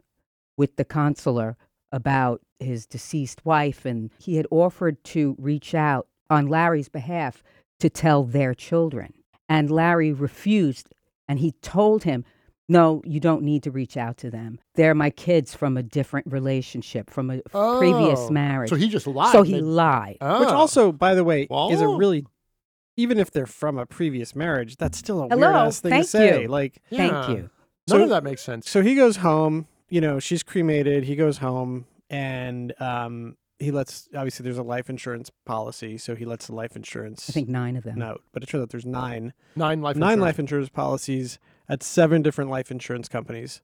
S8: with the consular about his deceased wife and he had offered to reach out on Larry's behalf to tell their children and Larry refused and he told him No, you don't need to reach out to them. They're my kids from a different relationship, from a f- previous
S7: Oh.
S8: marriage.
S7: So he just lied
S8: So
S7: and
S8: he
S7: they-
S8: lied.
S6: Oh,
S7: Which
S6: Ah.
S7: also, by the way, is a
S8: Whoa.
S7: really even if they're from a previous marriage, that's still a
S8: Hello,
S7: weird ass thing
S8: thank
S7: to say.
S8: you.
S7: Like
S8: Thank you. None
S6: of that makes sense.
S7: So he goes home, you know, she's cremated, he goes home and um he lets obviously there's a life insurance policy, so he lets the life insurance
S8: I think nine of them.
S7: note. But it turns out there's nine
S6: Nine life
S7: nine
S6: insurance.
S7: life insurance policies at seven different life insurance companies.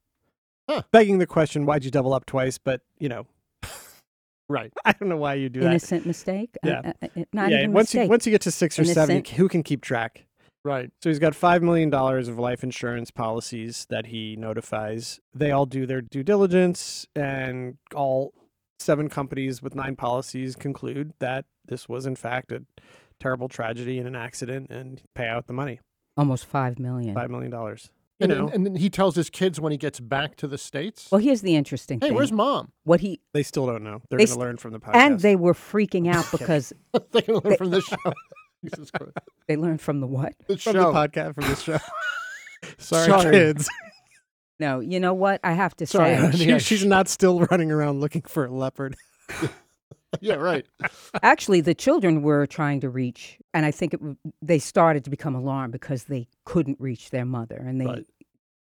S7: Begging the question, why'd you double up twice? But you know, right? I don't know why you do that.
S8: Innocent mistake? Uh, I-
S7: Yeah.
S8: I- I- not
S7: yeah.
S8: even a
S7: once you
S8: mistake.
S7: once you get to six or seven,
S8: Innocent.
S7: who can keep track?
S6: Right.
S7: So he's got five million dollars of life insurance policies that he notifies. They all do their due diligence, and all seven companies with nine policies conclude that this was in fact a terrible tragedy and an accident, and pay out the money,
S8: Almost five million.
S7: five million dollars. You
S6: And,
S7: know,
S6: and, and then he tells his kids when he gets back to the states.
S8: Well, here's the interesting
S6: Hey,
S8: thing.
S6: where's mom?
S8: What he
S7: They still don't know. They're going
S8: they
S7: to
S8: st-
S7: learn from the podcast.
S8: And they were freaking out because
S6: They're going to learn
S8: they-
S6: from this show. Jesus Christ.
S8: they learned from the what?
S7: from
S6: show.
S7: the podcast from the show. Sorry,
S8: Sorry.
S7: kids.
S8: No, you know what? I have to
S7: Sorry,
S8: say.
S7: she- she's not still running around looking for a leopard.
S6: yeah, right.
S8: Actually, the children were trying to reach, and I think it, w- they started to become alarmed because they couldn't reach their mother and they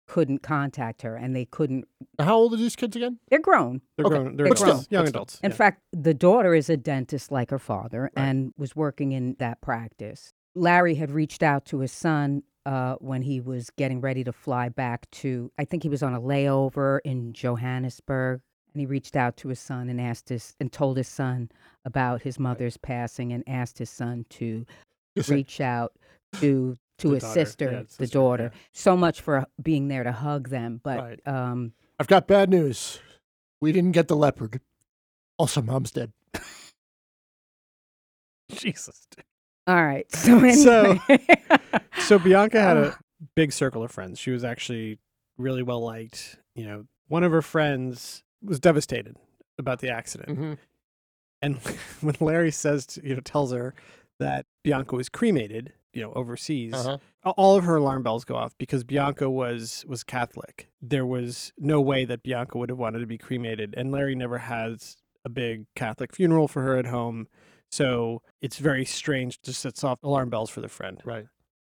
S8: couldn't contact her and they couldn't.
S6: How old are these kids again?
S8: They're grown.
S7: They're
S6: Okay,
S7: grown. They're
S6: but
S7: grown.
S6: still,
S7: young
S6: but still.
S7: adults.
S8: In
S7: yeah.
S8: fact, the daughter is a dentist like her father and was working in that practice. Larry had reached out to his son uh, when he was getting ready to fly back to, I think he was on a layover in Johannesburg. And he reached out to his son and asked his, and told his son about his mother's passing and asked his son to
S6: Yes, I-
S8: reach out to to
S6: The
S8: his
S6: daughter,
S8: sister,
S6: yeah,
S8: the
S6: sister,
S8: daughter. So much for being there to hug them, but um,
S6: I've got bad news. We didn't get the leopard. Also, mom's dead.
S7: Jesus.
S8: all right. So anyway,
S7: So, so Bianca had a
S6: Oh.
S7: big circle of friends. She was actually really well liked. You know, one of her friends was devastated about the accident. And when Larry says, to, you know, tells her that Bianca was cremated, you know, overseas,
S6: Uh-huh.
S7: a- all of her alarm bells go off because Bianca was was Catholic. There was no way that Bianca would have wanted to be cremated, and Larry never has a big Catholic funeral for her at home, so it's very strange. Just sets off alarm bells for the friend.
S6: Right.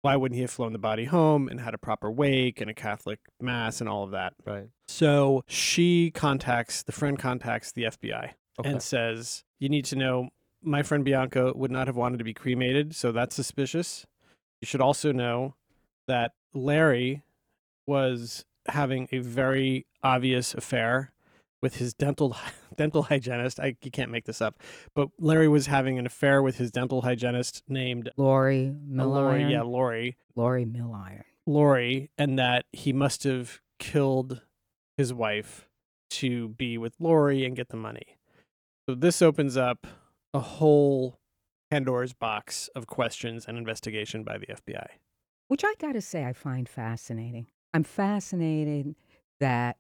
S7: Why wouldn't he have flown the body home and had a proper wake and a Catholic mass and all of that?
S6: Right.
S7: So she contacts the friend contacts the FBI
S6: Okay.
S7: and says, "You need to know my friend Bianca would not have wanted to be cremated, so that's suspicious. You should also know that Larry was having a very obvious affair with his dental dental hygienist. I you can't make this up, but Larry was having an affair with his dental hygienist named
S8: Lori
S7: uh,
S8: Milliron.
S7: Lori, yeah, Lori,
S8: Lori Milliron.
S7: Lori, and that he must have killed his wife to be with Lori and get the money. So this opens up a whole Pandora's box of questions and investigation by the FBI.
S8: which I got to say I find fascinating. I'm fascinated that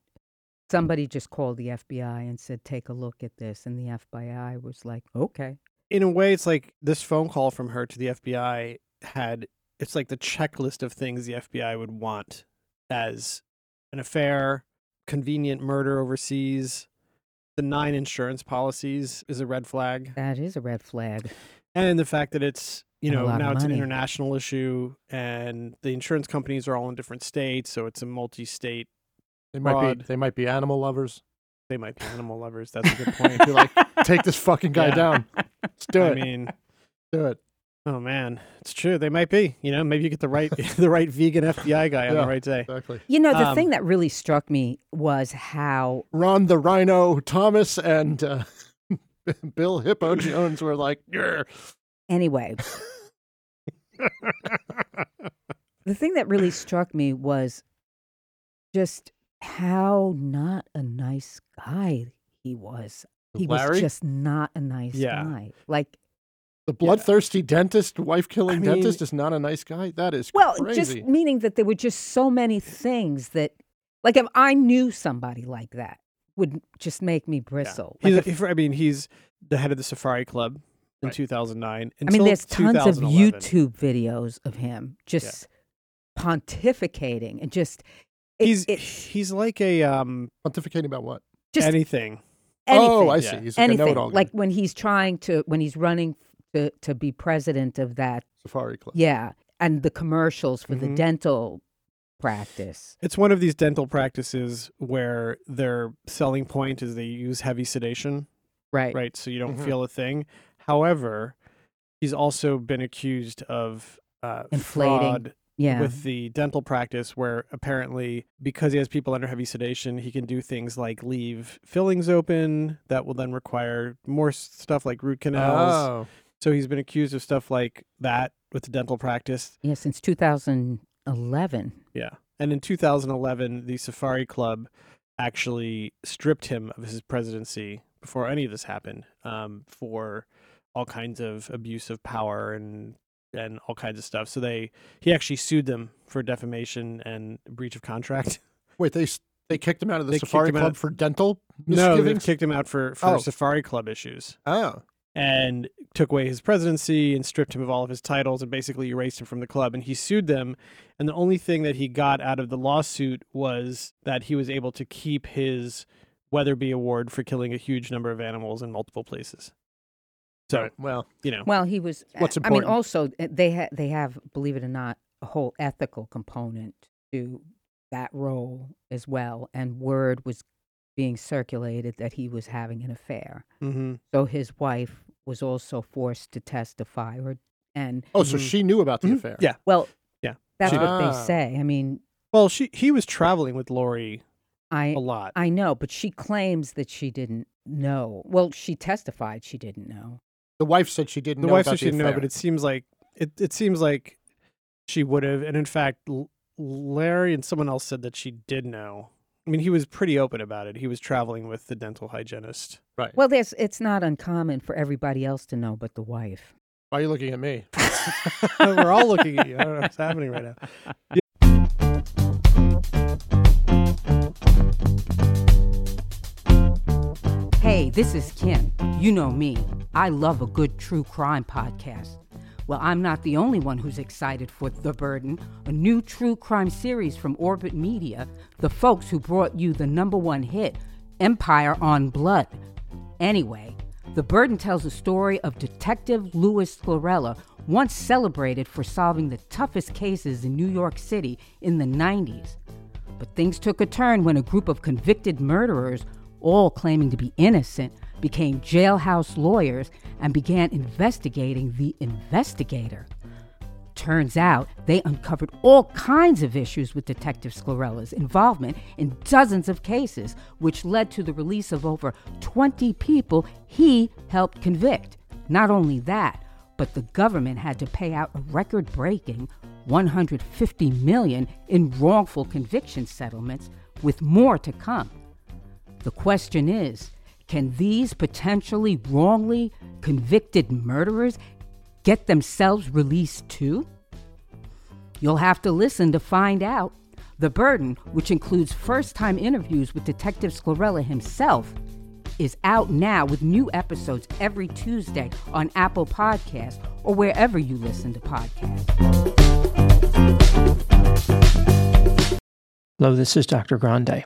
S8: somebody just called the FBI and said, "Take a look at this," and the FBI was like, "Okay."
S7: In a way, it's like this phone call from her to the FBI had it's like the checklist of things the FBI would want as an affair, convenient murder overseas, the nine insurance policies is a red flag.
S8: That is a red flag.
S7: and the fact that it's you
S8: And a
S7: know
S8: lot of
S7: now it's an
S8: money.
S7: international issue and the insurance companies are all in different states so it's a multi-state
S6: They might be.
S7: fraud.
S6: They might be animal lovers.
S7: they might be animal lovers that's a good point
S6: Be like, take this fucking guy
S7: Yeah.
S6: down. Let's do
S7: i
S6: it.
S7: mean
S6: do it.
S7: oh man it's true they might be you know maybe you get the right the right vegan fbi guy on
S6: Yeah,
S7: the right day
S6: exactly
S8: You know, the
S7: Um,
S8: thing that really struck me was how
S6: Ron the Rhino Thomas and uh, Bill Hippo Jones were like, "Grr."
S8: Anyway, the thing that really struck me was just how not a nice guy he was. He
S6: Larry?
S8: was just not a nice
S6: Yeah.
S8: guy. Like,
S6: the bloodthirsty dentist, wife killing
S7: I mean-
S6: dentist is not a nice guy. That is
S8: well, just
S6: crazy.
S8: meaning that there were just so many things that, like, if I knew somebody like that, would just make me bristle.
S7: he's,
S8: Like,
S7: a- if- i mean he's the head of the safari club in 2009
S8: I mean,
S7: until
S8: there's tons of
S7: 2011.
S8: YouTube videos of him just pontificating and just
S7: he's he's like a um
S6: pontificating about what?
S8: Just
S7: anything.
S8: Anything.
S6: Oh, I see. He's like a
S8: anything.
S6: know-it-all guy.
S8: like when he's trying to, when he's running to, to be president of that
S6: Safari Club.
S8: Yeah. And the commercials for the
S7: Mhm.
S8: dental practice.
S7: It's one of these dental practices where their selling point is they use heavy sedation.
S8: Right.
S7: Right. So you don't
S8: Mhm.
S7: feel a thing. However, he's also been accused of uh,
S8: Inflating.
S7: fraud
S8: Yeah.
S7: with the dental practice, where apparently because he has people under heavy sedation, he can do things like leave fillings open that will then require more s- stuff like root canals.
S8: Oh.
S7: So he's been accused of stuff like that with the dental practice.
S8: Yeah, since 2011.
S7: Yeah. And in 2011, the Safari Club actually stripped him of his presidency before any of this happened um, for all kinds of abuse of power and and all kinds of stuff. So they he actually sued them for defamation and breach of contract.
S6: Wait, they s- they kicked him out of the
S7: They kicked
S6: Safari
S7: him out-
S6: Club for dental
S7: No, they
S6: misgivings.
S7: kicked him out for for
S6: Oh.
S7: Safari Club issues.
S6: Oh.
S7: And took away his presidency and stripped him of all of his titles and basically erased him from the club. And he sued them. And the only thing that he got out of the lawsuit was that he was able to keep his Weatherby Award for killing a huge number of animals in multiple places. So,
S6: well,
S7: you know,
S8: Well, he was.
S7: What's
S8: I mean,
S7: important.
S8: also uh, they ha- they have, believe it or not, a whole ethical component to that role as well. And word was being circulated that he was having an affair.
S7: Mhm.
S8: So his wife was also forced to testify, or and
S6: Oh, so she knew about the affair.
S7: Mm-hmm. Yeah.
S8: Well,
S7: yeah,
S8: that's
S7: she
S8: what
S7: did.
S8: they say. I mean,
S7: well, she he was traveling with Lori
S8: I
S7: a lot.
S8: I know, but she claims that she didn't know. Well, she testified she didn't know.
S6: The wife said she didn't
S7: the
S6: know
S7: wife
S6: about
S7: said she
S6: the
S7: didn't know,
S6: affair.
S7: but it seems like it, it seems like she would have. And in fact, L- Larry and someone else said that she did know. I mean, he was pretty open about it. He was traveling with the dental hygienist.
S6: Right.
S8: Well, there's it's not uncommon for everybody else to know, but the wife.
S6: Why are you looking at me?
S7: We're all looking at you. I don't know what's happening right now. Yeah.
S8: Hey, this is Kim. You know me. I love a good true crime podcast. Well, I'm not the only one who's excited for The Burden, a new true crime series from Orbit Media, the folks who brought you the number one hit, Empire on Blood. Anyway, The Burden tells the story of Detective Louis Chlorella, once celebrated for solving the toughest cases in New York City in the 90s. But things took a turn when a group of convicted murderers, all claiming to be innocent, became jailhouse lawyers and began investigating the investigator. Turns out they uncovered all kinds of issues with Detective Sclorella's involvement in dozens of cases, which led to the release of over 20 people he helped convict. Not only that, but the government had to pay out a record-breaking 150 million in wrongful conviction settlements with more to come. The question is can these potentially wrongly convicted murderers get themselves released too? You'll have to listen to find out. The Burden, which includes first time interviews with Detective Sclorella himself, is out now with new episodes every Tuesday on Apple Podcasts or wherever you listen to podcasts.
S14: Hello, this is Dr. Grande,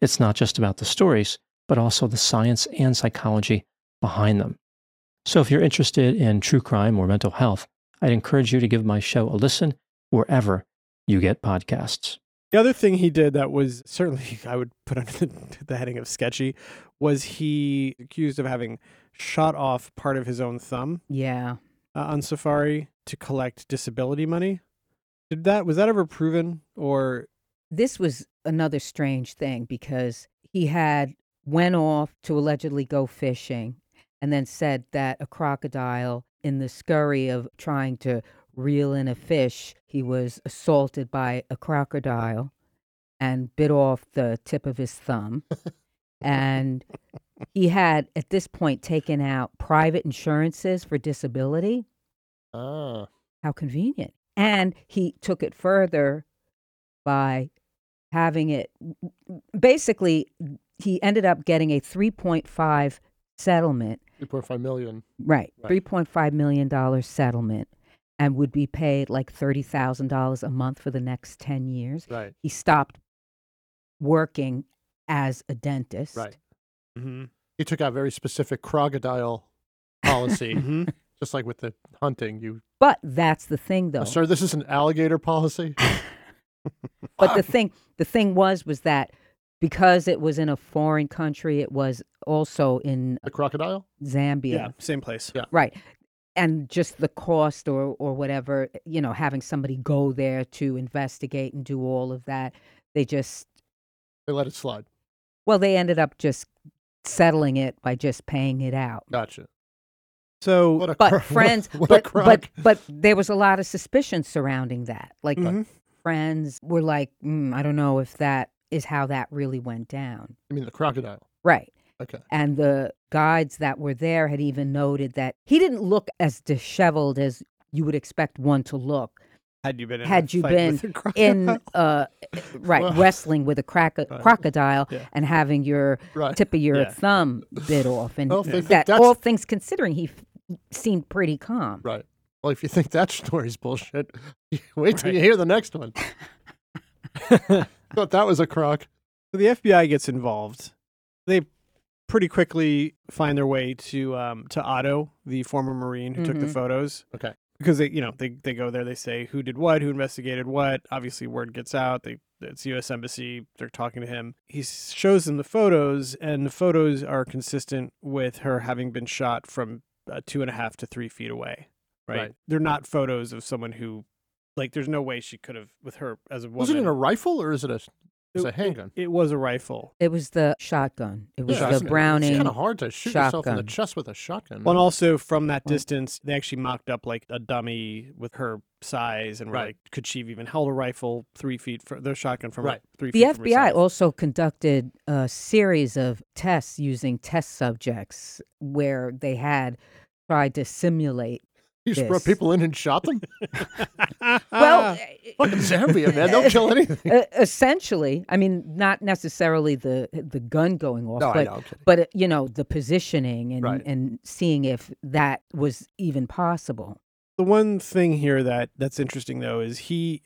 S14: It's not just about the stories, but also the science and psychology behind them. So if you're interested in true crime or mental health, I'd encourage you to give my show a listen wherever you get podcasts.
S7: The other thing he did that was certainly I would put under the, the heading of sketchy was he accused of having shot off part of his own thumb
S8: Yeah.
S7: uh, on Safari to collect disability money. Did that was that ever proven or
S8: this was another strange thing because he had went off to allegedly go fishing and then said that a crocodile in the scurry of trying to reel in a fish he was assaulted by a crocodile and bit off the tip of his thumb. and he had, at this point, taken out private insurances for disability.
S6: Ah.
S8: How convenient. And he took it further by having it basically, he ended up getting a 3.5 settlement
S6: 3.5 million.
S8: Right. $3.5 million settlement and would be paid like $30,000 a month for the next 10 years.
S6: Right.
S8: He stopped working as a dentist.
S6: Right. Mm-hmm. He took out very specific crocodile policy,
S7: Mm-hmm.
S6: just like with the hunting. You,
S8: But that's the thing though.
S6: Oh, sir, this is an alligator policy.
S8: But the thing the thing was was that because it was in a foreign country, it was also in
S6: the crocodile?
S8: Zambia.
S7: Yeah, same place. Yeah.
S8: Right. And just the cost or or whatever, you know, having somebody go there to investigate and do all of that, they just
S6: They let it slide.
S8: well, they ended up just settling it by just paying it out.
S6: Gotcha.
S7: So,
S8: but friends, but, but but there was a lot of suspicion surrounding that. Like
S7: Mhm.
S8: friends were like, mm, I don't know if that is how that really went down.
S6: I mean, the crocodile.
S8: Right.
S6: Okay.
S8: And the guides that were there had even noted that he didn't look as disheveled as you would expect one to look.
S7: Had you been in a
S8: had you
S7: fight
S8: been
S7: with a crocodile?
S8: in uh, right
S7: Well-
S8: wrestling with a crack- crocodile
S7: Yeah.
S8: and having your
S7: Right.
S8: tip of your
S7: Yeah.
S8: thumb bit off, and
S6: Well, if they think
S8: that
S6: that's-
S8: all things considering, he f- seemed pretty calm.
S6: Right. Well, if you think that story's bullshit, wait till you hear the next one. Thought that was a croc.
S7: So the FBI gets involved. They pretty quickly find their way to um, to Otto, the former Marine who took the
S6: Mhm.
S8: Mm-hmm.
S7: photos.
S6: Okay.
S7: Because they, you know, they they go there. They say who did what, who investigated what. Obviously, word gets out. They it's U.S. Embassy. They're talking to him. He s- shows them the photos, and the photos are consistent with her having been shot from uh, two and a half to three feet away. Right?
S6: Right.
S7: They're not photos of someone who, like, there's no way she could have with her as a woman.
S6: Was it in a rifle or is it a, is it a handgun?
S7: It was a rifle.
S8: It was the shotgun. It was
S6: Yeah,
S8: the
S6: it's-
S8: Browning.
S6: It's kind of hard to shoot yourself in the
S8: shotgun.
S6: chest with a shotgun.
S7: Well, and also from that distance, they actually mocked up like a dummy with her size, and were
S6: Right.
S7: like, could she have even held a rifle three feet from their shotgun from right.
S6: Right.
S7: three
S8: The
S7: feet? from
S8: FBI
S7: herself?
S8: also conducted a series of tests using test subjects where they had tried to simulate.
S6: you just
S8: this.
S6: brought people in and shot them.
S8: Well, eh,
S6: fucking Zambia, man, they'll kill anything.
S8: e- Essentially, I mean, not necessarily the the gun going off,
S6: No, I
S8: but
S6: know, I'm kidding.
S8: but uh, you know the positioning and
S7: Right.
S8: and seeing if that was even possible.
S7: the one thing here that that's interesting though is he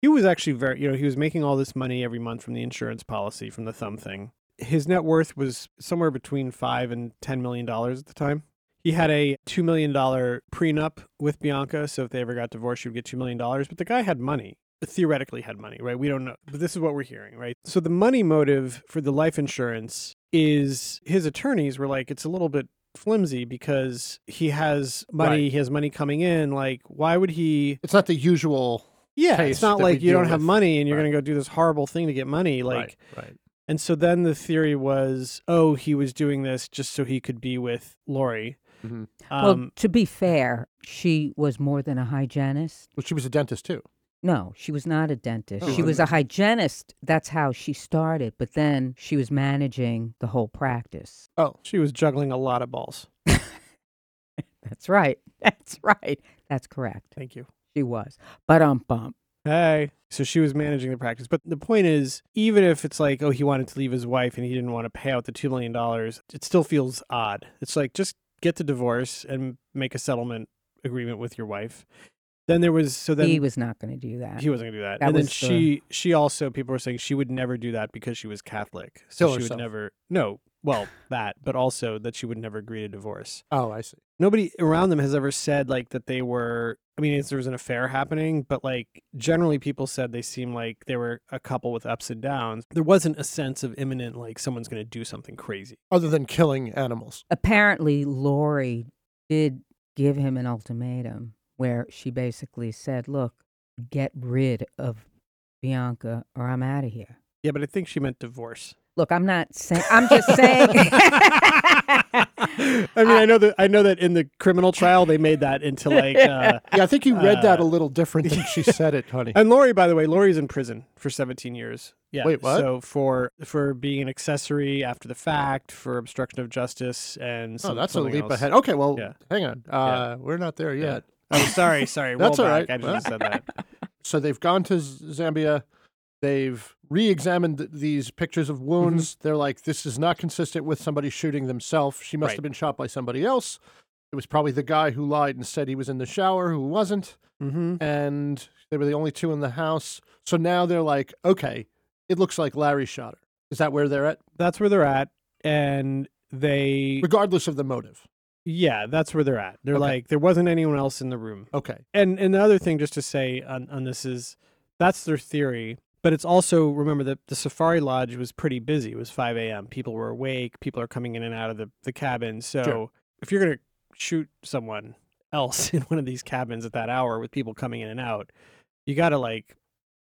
S7: he was actually very you know he was making all this money every month from the insurance policy from the thumb thing his net worth was somewhere between five and ten million dollars at the time he had a two million dollar prenup with bianca so if they ever got divorced she would get two million dollars but the guy had money theoretically had money right we don't know but this is what we're hearing right so the money motive for the life insurance is his attorneys were like it's a little bit flimsy because he has money
S6: Right.
S7: he has money coming in like why would he
S6: It's not the usual.
S7: yeah
S6: case
S7: it's not
S6: that
S7: like
S6: we
S7: you don't
S6: deal
S7: have
S6: with.
S7: money and you're going to go do this horrible thing to get money like
S6: Right, right.
S7: and so then the theory was oh he was doing this just so he could be with lori
S6: Mm-hmm.
S8: well,
S7: um,
S8: to be fair, she was more than a hygienist.
S6: Well, she was a dentist too.
S8: No, she was not a dentist.
S6: Oh,
S8: she was
S6: I-
S8: a hygienist. That's how she started. But then she was managing the whole practice.
S7: oh she was juggling a lot of balls
S8: That's right. That's right. That's correct.
S7: thank you
S8: She was. But um bump.
S7: Hey. So she was managing the practice. But the point is, even if it's like, oh, he wanted to leave his wife and he didn't want to pay out the $2 million, it still feels odd. It's like, just get the divorce and make a settlement agreement with your wife. Then there was, so then
S8: he was not going to do that.
S7: he wasn't going to do that.
S8: That
S7: and then
S8: was the-
S7: she, she also, people were saying she would never do that because she was Catholic. So
S6: Kill
S7: she
S6: herself.
S7: would never, no, well, that, but also that she would never agree to divorce
S6: Oh, I see.
S7: nobody around them has ever said like that they were i mean it's- there was an affair happening but like generally people said they seemed like they were a couple with ups and downs there wasn't a sense of imminent like someone's going to do something crazy
S6: Other than killing animals.
S8: Apparently, Lori did give him an ultimatum where she basically said, look, get rid of Bianca or I'm out of here.
S7: yeah but i think she meant divorce
S8: Look, I'm not saying, I'm just saying.
S7: I mean, I know that I know that in the criminal trial they made that into like. Uh,
S6: yeah, I think you read that
S7: uh,
S6: a little different than she said it, honey.
S7: And Lori, by the way, Lori's in prison for 17 years. Yeah.
S6: Wait, what?
S7: So for for being an accessory after the fact, for obstruction of justice, and
S6: Oh,
S7: some-
S6: that's a
S7: something
S6: leap
S7: else.
S6: ahead. Okay, well,
S7: Yeah.
S6: hang on. Uh, We're not there yet.
S7: Oh, sorry, sorry.
S6: That's
S7: Roll
S6: all
S7: back.
S6: right.
S7: I just
S6: Well-
S7: said that.
S6: So they've gone to Z- Zambia. They've re-examined th- these pictures of wounds.
S7: Mm-hmm.
S6: They're like, this is not consistent with somebody shooting themselves. She must
S7: Right.
S6: have been shot by somebody else. It was probably the guy who lied and said he was in the shower who wasn't.
S7: Mm-hmm.
S6: And they were the only two in the house. So now they're like, okay, it looks like Larry shot her. Is that where they're at?
S7: That's where they're at, and they
S6: Regardless of the motive.
S7: Yeah, that's where they're at. They're
S6: Okay.
S7: like there wasn't anyone else in the room.
S6: Okay.
S7: And and the other thing just to say on, on this is that's their theory, but it's also remember that the safari lodge was pretty busy. It was five AM. People were awake, people are coming in and out of the, the cabin. So
S6: Sure.
S7: if you're gonna shoot someone else in one of these cabins at that hour with people coming in and out, you gotta like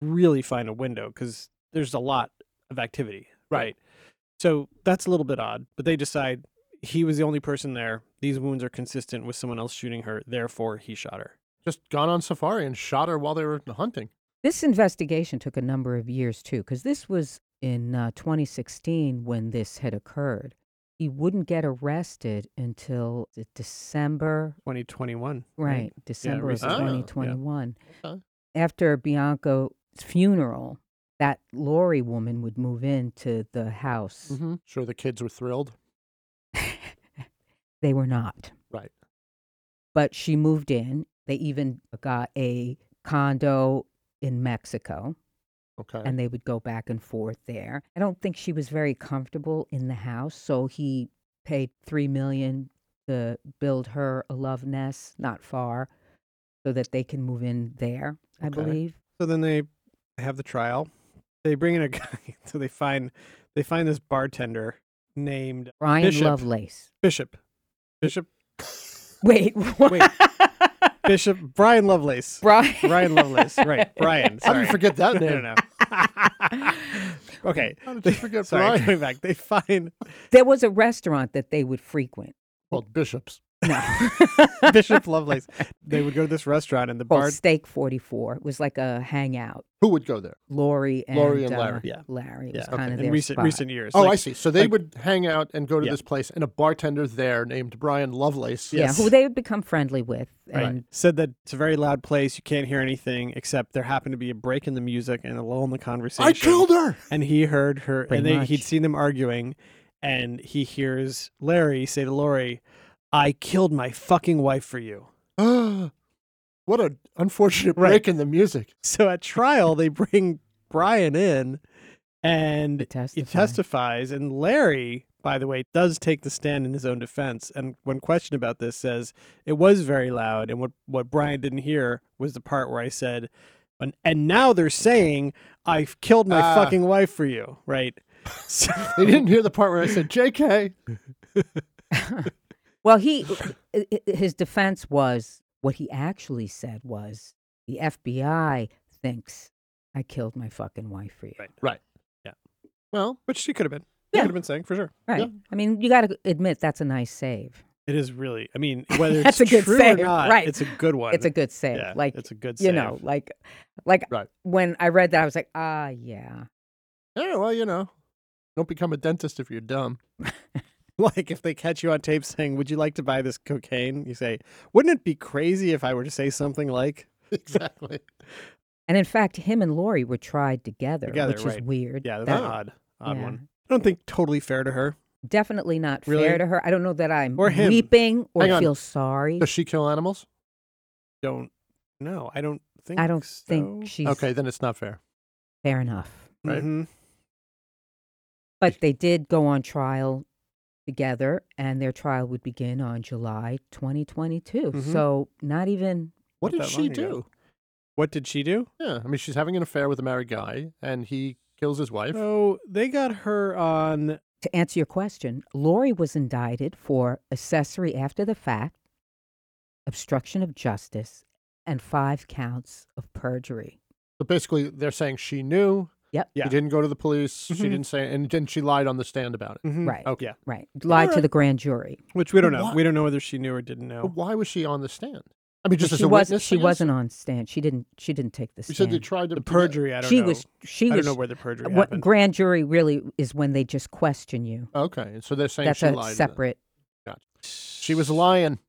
S7: really find a window because there's a lot of activity. right? So that's a little bit odd, but they decide he was the only person there. These wounds are consistent with someone else shooting her. Therefore, he shot her.
S6: Just gone on safari and shot her while they were hunting.
S8: This investigation took a number of years too, because this was in uh, 2016 when this had occurred. He wouldn't get arrested until the December,
S7: 2021.
S8: right? December of
S7: recent- Oh, yeah.
S8: 2021.
S6: Okay.
S8: After Bianco's funeral, that Lori woman would move into the house.
S6: Mhm. Sure, the kids were thrilled.
S8: They were not.
S6: Right.
S8: but she moved in. They even got a condo in Mexico
S6: Okay.
S8: and they would go back and forth there. I don't think she was very comfortable in the house, so he paid 3 million to build her a love nest not far so that they can move in there, I
S6: Okay.
S8: believe.
S7: So then they they have the trial. They bring in a guy. So they find they find this bartender named
S8: Brian
S7: Bishop.
S8: Lovelace.
S7: Bishop. Bishop.
S8: Wait, what?
S7: Wait. Bishop Brian Lovelace.
S8: Brian.
S7: Brian Lovelace. Right. Brian.
S6: How did you
S7: sorry.
S6: forget that
S7: No,
S6: name?
S7: no, no. okay.
S6: How did
S7: They,
S6: you forget
S7: sorry,
S6: Brian?
S7: going back. They find
S8: There was a restaurant that they would frequent.
S6: Well, bishops.
S7: Bishop Lovelace. They would go to this restaurant and the
S8: Well,
S7: bar
S8: Steak 44. It was was like a hangout.
S6: Who would go there?
S8: Lori and,
S6: Lori and
S8: uh,
S6: Larry.
S7: Yeah.
S8: Larry was
S7: Yeah,
S8: kind of
S7: in
S8: their
S7: recent
S8: spot.
S7: recent years.
S6: Oh,
S7: Like-
S6: I see. So they
S7: like-
S6: would hang out and go to
S7: Yeah.
S6: this place, and a bartender there named Brian Lovelace.
S7: Yes.
S8: Yeah, who they would become friendly with.
S7: Right.
S8: And
S7: Said that it's a very loud place. You can't hear anything except there happened to be a break in the music and a lull in the conversation.
S6: I killed her.
S7: And he heard her,
S8: Pretty
S7: and they,
S8: much.
S7: he'd seen them arguing, and he hears Larry say to Lori, "I killed my fucking wife for you."
S6: what an unfortunate
S7: Right.
S6: break in the music.
S7: So at trial, they bring Brian in, and
S8: To
S7: he
S8: testify.
S7: testifies. And Larry, by the way, does take the stand in his own defense. And when questioned about this, says it was very loud. And what what Brian didn't hear was the part where I said, "And, and now they're saying I've killed my
S6: Ah.
S7: fucking wife for you." Right? So,
S6: They didn't hear the part where I said, "J.K."
S8: well, he i- i- his defense was what he actually said was the FBI thinks I killed my fucking wife for you.
S7: Right.
S6: Right.
S7: well, which she could have been.
S8: Yeah.
S7: She could have been saying for sure.
S8: Right.
S6: Yeah.
S8: I mean, you got to admit that's a nice save.
S7: It is really. I mean, whether it's
S8: That's a good
S7: true
S8: save,
S7: or not,
S8: right.
S7: it's a good one.
S8: It's a good save.
S7: Yeah,
S8: like
S7: it's a good
S8: You know,
S7: save.
S8: like like
S6: Right.
S8: when I read that I was like, "Ah, yeah."
S6: Yeah. Well, you know, don't become a dentist if you're dumb.
S7: like if they catch you on tape saying, "Would you like to buy this cocaine?" You say, "Wouldn't it be crazy if I were to say something like?"
S6: exactly.
S8: And in fact, him and Lori were tried together,
S7: Together,
S8: which is
S7: right.
S8: weird.
S7: Yeah, that's
S8: That-
S7: an odd, odd
S8: yeah.
S7: one. I don't think totally fair to her.
S8: Definitely not
S7: Really?
S8: fair to her. I don't know that I'm
S7: Or him.
S8: weeping or
S6: Hang on.
S8: feel sorry.
S6: Does she kill animals?
S7: Don't. No, I don't think.
S8: I don't
S7: so.
S8: think she's
S6: Okay, then it's not fair.
S8: fair enough.
S6: right?
S7: Mhm.
S8: But they did go on trial together, and their trial would begin on July 2022.
S7: Mhm.
S8: So not even
S6: What
S7: Not
S6: did
S7: that
S6: she
S7: long ago.
S6: do?
S7: What did she do?
S6: Yeah, I mean, she's having an affair with a married guy, and he kills his wife.
S7: So they got her on.
S8: to answer your question, Lori was indicted for accessory after the fact, obstruction of justice, and five counts of perjury.
S6: So basically, they're saying she knew.
S8: Yep.
S6: She didn't go to the police.
S8: Mhm.
S6: She didn't say, and then she lied on the stand about
S7: Mm-hmm.
S6: it.
S8: Right.
S6: Okay.
S8: Right. Lied to
S6: Alright.
S8: the grand jury.
S7: Which we don't
S6: But
S7: know.
S6: why-
S7: We don't know whether she knew or didn't know.
S6: But why was she on the stand? I mean, just
S8: But
S6: as
S8: she
S6: a
S8: was,
S6: witness.
S8: She
S6: I guess?
S8: wasn't on stand. She didn't. She didn't take the
S6: You
S8: stand.
S6: said they tried to
S7: The perjury, I don't
S8: she
S7: know.
S8: was. She
S7: I
S8: was.
S7: don't know where the perjury
S8: what
S7: happened.
S8: grand jury really is when they just question you.
S6: Okay, and so they're saying
S8: That's
S6: she
S8: a
S6: lied. then.
S8: separate.
S6: Gotcha. She was lying.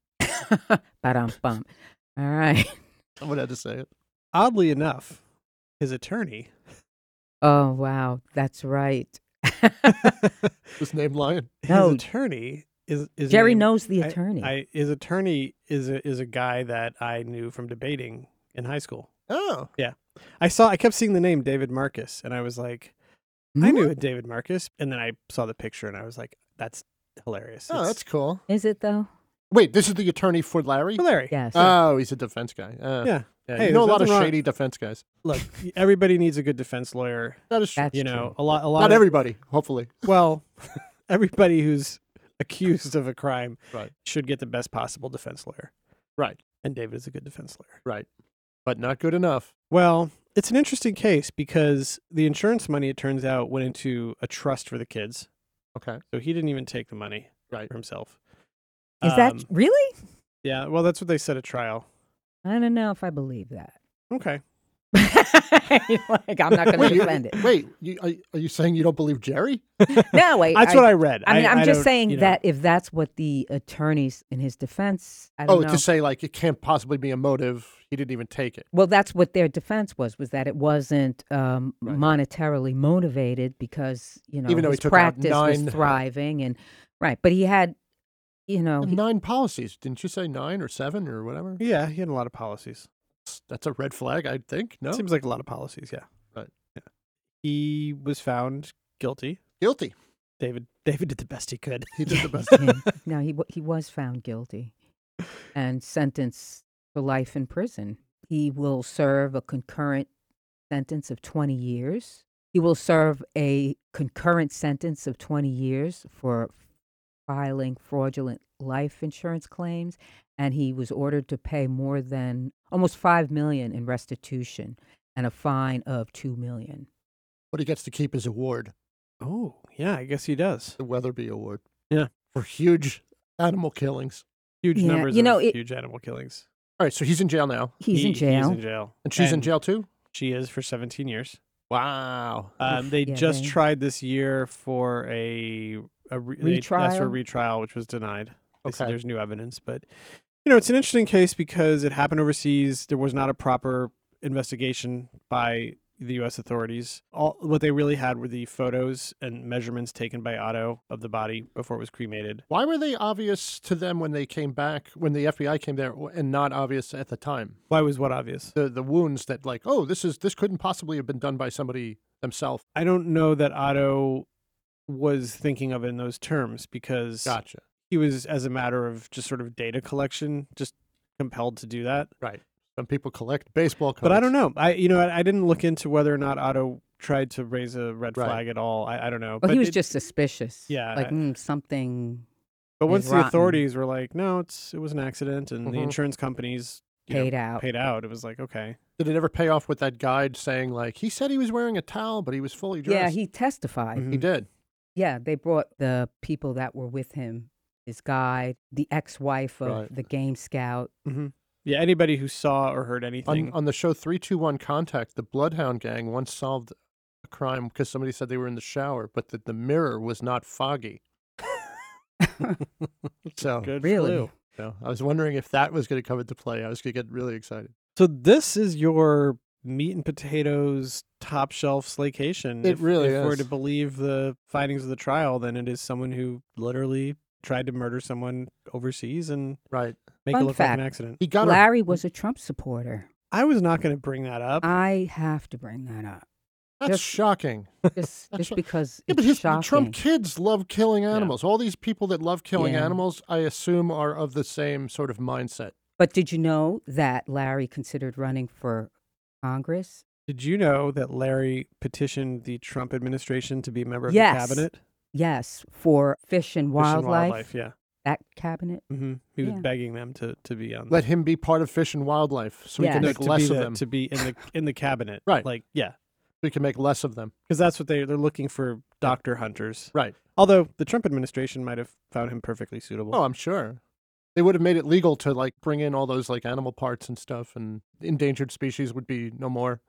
S8: Ba-dum bum. All right.
S6: Someone had to say it.
S7: Oddly enough, his attorney
S8: Oh wow, that's right.
S6: This name Lion.
S7: his
S8: No.
S7: attorney is, is
S8: Jerry
S7: named-
S8: knows the
S7: I-
S8: attorney.
S7: I, his attorney is a, is a guy that I knew from debating in high school.
S6: Oh,
S7: Yeah, I saw. I kept seeing the name David Marcus, and I was like, I knew a
S6: Hmm?
S7: David Marcus, and then I saw the picture, and I was like, that's hilarious.
S6: oh,
S7: It's-
S6: that's cool.
S8: Is it though?
S6: Wait, this is the attorney for Larry.
S7: For Larry.
S8: Yes.
S6: Oh, he's a defense guy. Uh,
S7: Yeah.
S6: you know a
S7: Hey, there's
S6: lot of
S7: nothing wrong-
S6: shady defense guys.
S7: Look, everybody needs a good defense lawyer.
S6: That is true.
S8: That's
S7: you
S8: true.
S7: know, a lot, a lot.
S6: Not
S7: of,
S6: everybody, hopefully.
S7: Well, everybody who's accused of a crime
S6: Right.
S7: should get the best possible defense lawyer,
S6: Right.
S7: and David is a good defense lawyer.
S6: Right. But not good enough.
S7: Well, it's an interesting case because the insurance money, it turns out, went into a trust for the kids,
S6: Okay.
S7: so he didn't even take the money
S6: Right.
S7: for himself.
S8: Is that
S7: Um,
S8: really?
S7: yeah? Well, that's what they said at trial.
S8: I don't know if I believe that.
S7: Okay.
S8: like I'm not going
S6: Wait,
S8: to
S6: you-
S8: defend it.
S6: Wait, you, are, are you saying you don't believe Jerry?
S8: No, wait.
S7: That's what I read.
S8: I mean,
S7: I-
S8: am
S7: I
S8: just
S7: don't-
S8: saying
S7: you know.
S8: that if that's what the attorneys in his defense, I
S6: Oh,
S8: don't know.
S6: to say like it can't possibly be a motive. He didn't even take it.
S8: Well, that's what their defense was: was that it wasn't um,
S6: Right.
S8: monetarily motivated because you know
S6: Even though he
S8: his
S6: took out
S8: practice
S6: nine-
S8: was thriving and right, but he had, you know, he-
S6: Nine policies. Didn't you say nine or seven or whatever?
S7: Yeah, he had a lot of policies.
S6: That's a red flag, I think. No.
S7: Seems like a lot of policies. Yeah.
S6: Right.
S7: Yeah. He was found guilty.
S6: guilty.
S7: David. David did the best he could.
S6: He did the best.
S8: yeah. no, he wa- he was found guilty and sentenced to life in prison. He will serve a concurrent sentence of 20 years. He will serve a concurrent sentence of 20 years for filing fraudulent life insurance claims and he was ordered to pay more than almost 5 million in restitution and a fine of 2 million.
S6: But he gets to keep his award,
S7: Oh, yeah. I guess he does.
S6: the Weatherby Award.
S7: Yeah.
S6: For huge animal killings.
S7: Huge
S8: Yeah,
S7: numbers.
S8: you
S7: You know,
S8: know, it-
S7: huge animal killings.
S6: All right, so he's in jail now.
S8: He's
S7: He-
S8: in jail.
S7: He's in jail.
S6: And she's in jail too?
S7: She is for 17 years.
S6: Wow.
S7: Um, they
S8: yeah,
S7: just
S8: they-
S7: tried this year for a, a re- they asked for
S8: Retrial?
S7: a retrial, which was denied. They said
S6: Okay.
S7: there's new evidence, but you know it's an interesting case because it happened overseas. There was not a proper investigation by the U.S. authorities. All what they really had were the photos and measurements taken by Otto of the body before it was cremated.
S6: Why were they obvious to them when they came back, when the FBI came there, and not obvious at the time?
S7: Why was what obvious?
S6: The the wounds that like, oh, this is this couldn't possibly have been done by somebody themselves.
S7: I don't know that Otto was thinking of it in those terms because
S6: Gotcha.
S7: he was, as a matter of just sort of data collection, just compelled to do that.
S6: Right. Some people collect baseball cards.
S7: But I don't know. I you know I, I didn't look into whether or not Otto tried to raise a red
S6: Right.
S7: flag at all. I, I don't know.
S8: Well,
S7: But
S8: he was
S7: it-
S8: just suspicious.
S7: Yeah,
S8: Like
S7: I-
S8: mm, something
S7: But
S8: was
S7: once the
S8: rotten. Mm-hmm.
S7: authorities were like, no, it's it was an accident, and the
S6: Mhm.
S7: insurance companies you know,
S8: paid out.
S7: paid out. It was like okay,
S6: Did it ever pay off with that guide saying like he said he was wearing a towel, but he was fully dressed? Mm-hmm.
S8: Yeah, he testified.
S7: Mhm.
S6: he did.
S8: Yeah, they brought the people that were with him, his guide, the ex-wife of
S6: Right.
S8: the game scout.
S7: Mm-hmm. yeah. Anybody who saw or heard anything,
S6: On, on the show three two one contact, the Bloodhound Gang once solved a crime because somebody said they were in the shower, but that the mirror was not foggy. so,
S7: good
S8: really?
S7: flu.
S6: so I was wondering if that was going to come into play. I was going to get really excited.
S7: So this is your meat and potatoes top shelf slacation.
S6: It
S7: if,
S6: really
S7: if we're
S6: is.
S7: to believe the findings of the trial, then it is someone who literally tried to murder someone overseas and
S6: Right.
S7: make it
S8: Fun
S7: look like
S8: fact.
S7: an accident.
S6: He got
S8: Larry was a Trump supporter.
S7: I was not going to bring that up.
S8: I have to bring that up
S6: a, that's
S8: just-
S6: shocking. That's
S8: just, just
S6: right.
S8: because
S6: Yeah, but
S8: it's
S6: his, the
S8: shocking.
S6: Trump kids love killing animals. All these people that love killing
S8: Yeah.
S6: animals, I assume, are of the same sort of mindset.
S8: But did you know that Larry considered running for Congress?
S7: Did you know that Larry petitioned the Trump administration to be a member of
S8: Yes.
S7: the cabinet? Fish
S8: Yes, for fish and
S7: and
S8: wildlife.
S7: wildlife, yeah.
S8: That cabinet.
S7: hmm He was
S8: Yeah.
S7: begging them to, to be on.
S6: Let him be part of fish and wildlife so we
S8: Yeah.
S6: can
S7: no,
S6: make
S7: to
S6: less
S7: be
S6: of
S7: the-
S6: them.
S7: to be in the in the cabinet,
S6: Right.
S7: Like, yeah,
S6: we can make less of them.
S7: because that's what they they're looking for doctor hunters.
S6: Right.
S7: Although the Trump administration might have found him perfectly suitable.
S6: Oh, I'm sure. They would have made it legal to like bring in all those like animal parts and stuff, and endangered species would be no more.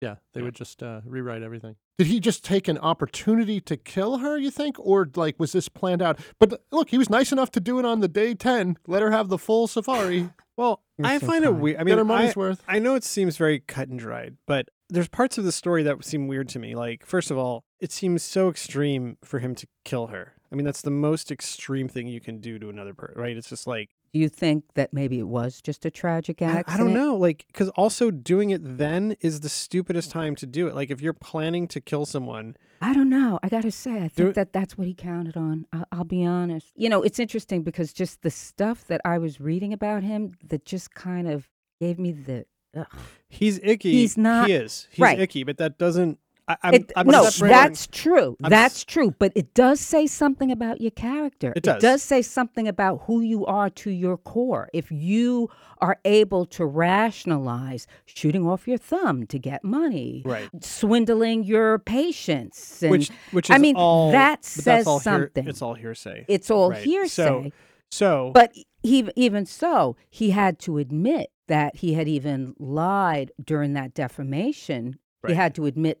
S6: Yeah, they would just uh, rewrite everything. Did he just take an opportunity to kill her, you think? Or like was this planned out? But uh, look, he was nice enough to do it on the day 10, let her have the full safari.
S7: Well, I find it weird. I mean,
S6: get her money's
S7: I,
S6: worth.
S7: I know it seems very cut and dried, but there's parts of the story that seem weird to me. Like, first of all, it seems so extreme for him to kill her. I mean, that's the most extreme thing you can do to another person, right? It's just like
S8: Do you think that maybe it was just a tragic
S7: I-
S8: accident?
S7: I don't know, like, because also doing it then is the stupidest time to do it. Like, if you're planning to kill someone,
S8: I don't know. I got to say,
S7: Do
S8: I think
S7: it-
S8: that that's what he counted on. I- I'll be honest. You know, it's interesting because just the stuff that I was reading about him that just kind of gave me the. Ugh.
S7: he's icky.
S8: He's not-
S7: He is. He's
S8: right.
S7: icky, but that doesn't. I, I'm,
S8: It-
S7: I'm
S8: no,
S7: separating-
S8: that's true.
S7: I'm
S8: that's true. But it does say something about your character.
S7: It does.
S8: say something about who you are to your core. If you are able to rationalize shooting off your thumb to get money,
S7: Right.
S8: swindling your patients, and,
S7: which which is
S8: I mean
S7: all,
S8: that
S7: but
S8: says
S7: that's all hear-
S8: something.
S7: it's all hearsay.
S8: It's all
S7: Right. So,
S8: hearsay.
S7: so
S8: But he, even so, he had to admit that he had even lied during that defamation.
S15: Right.
S8: He had to admit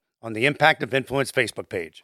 S15: on the Impact of Influence Facebook page.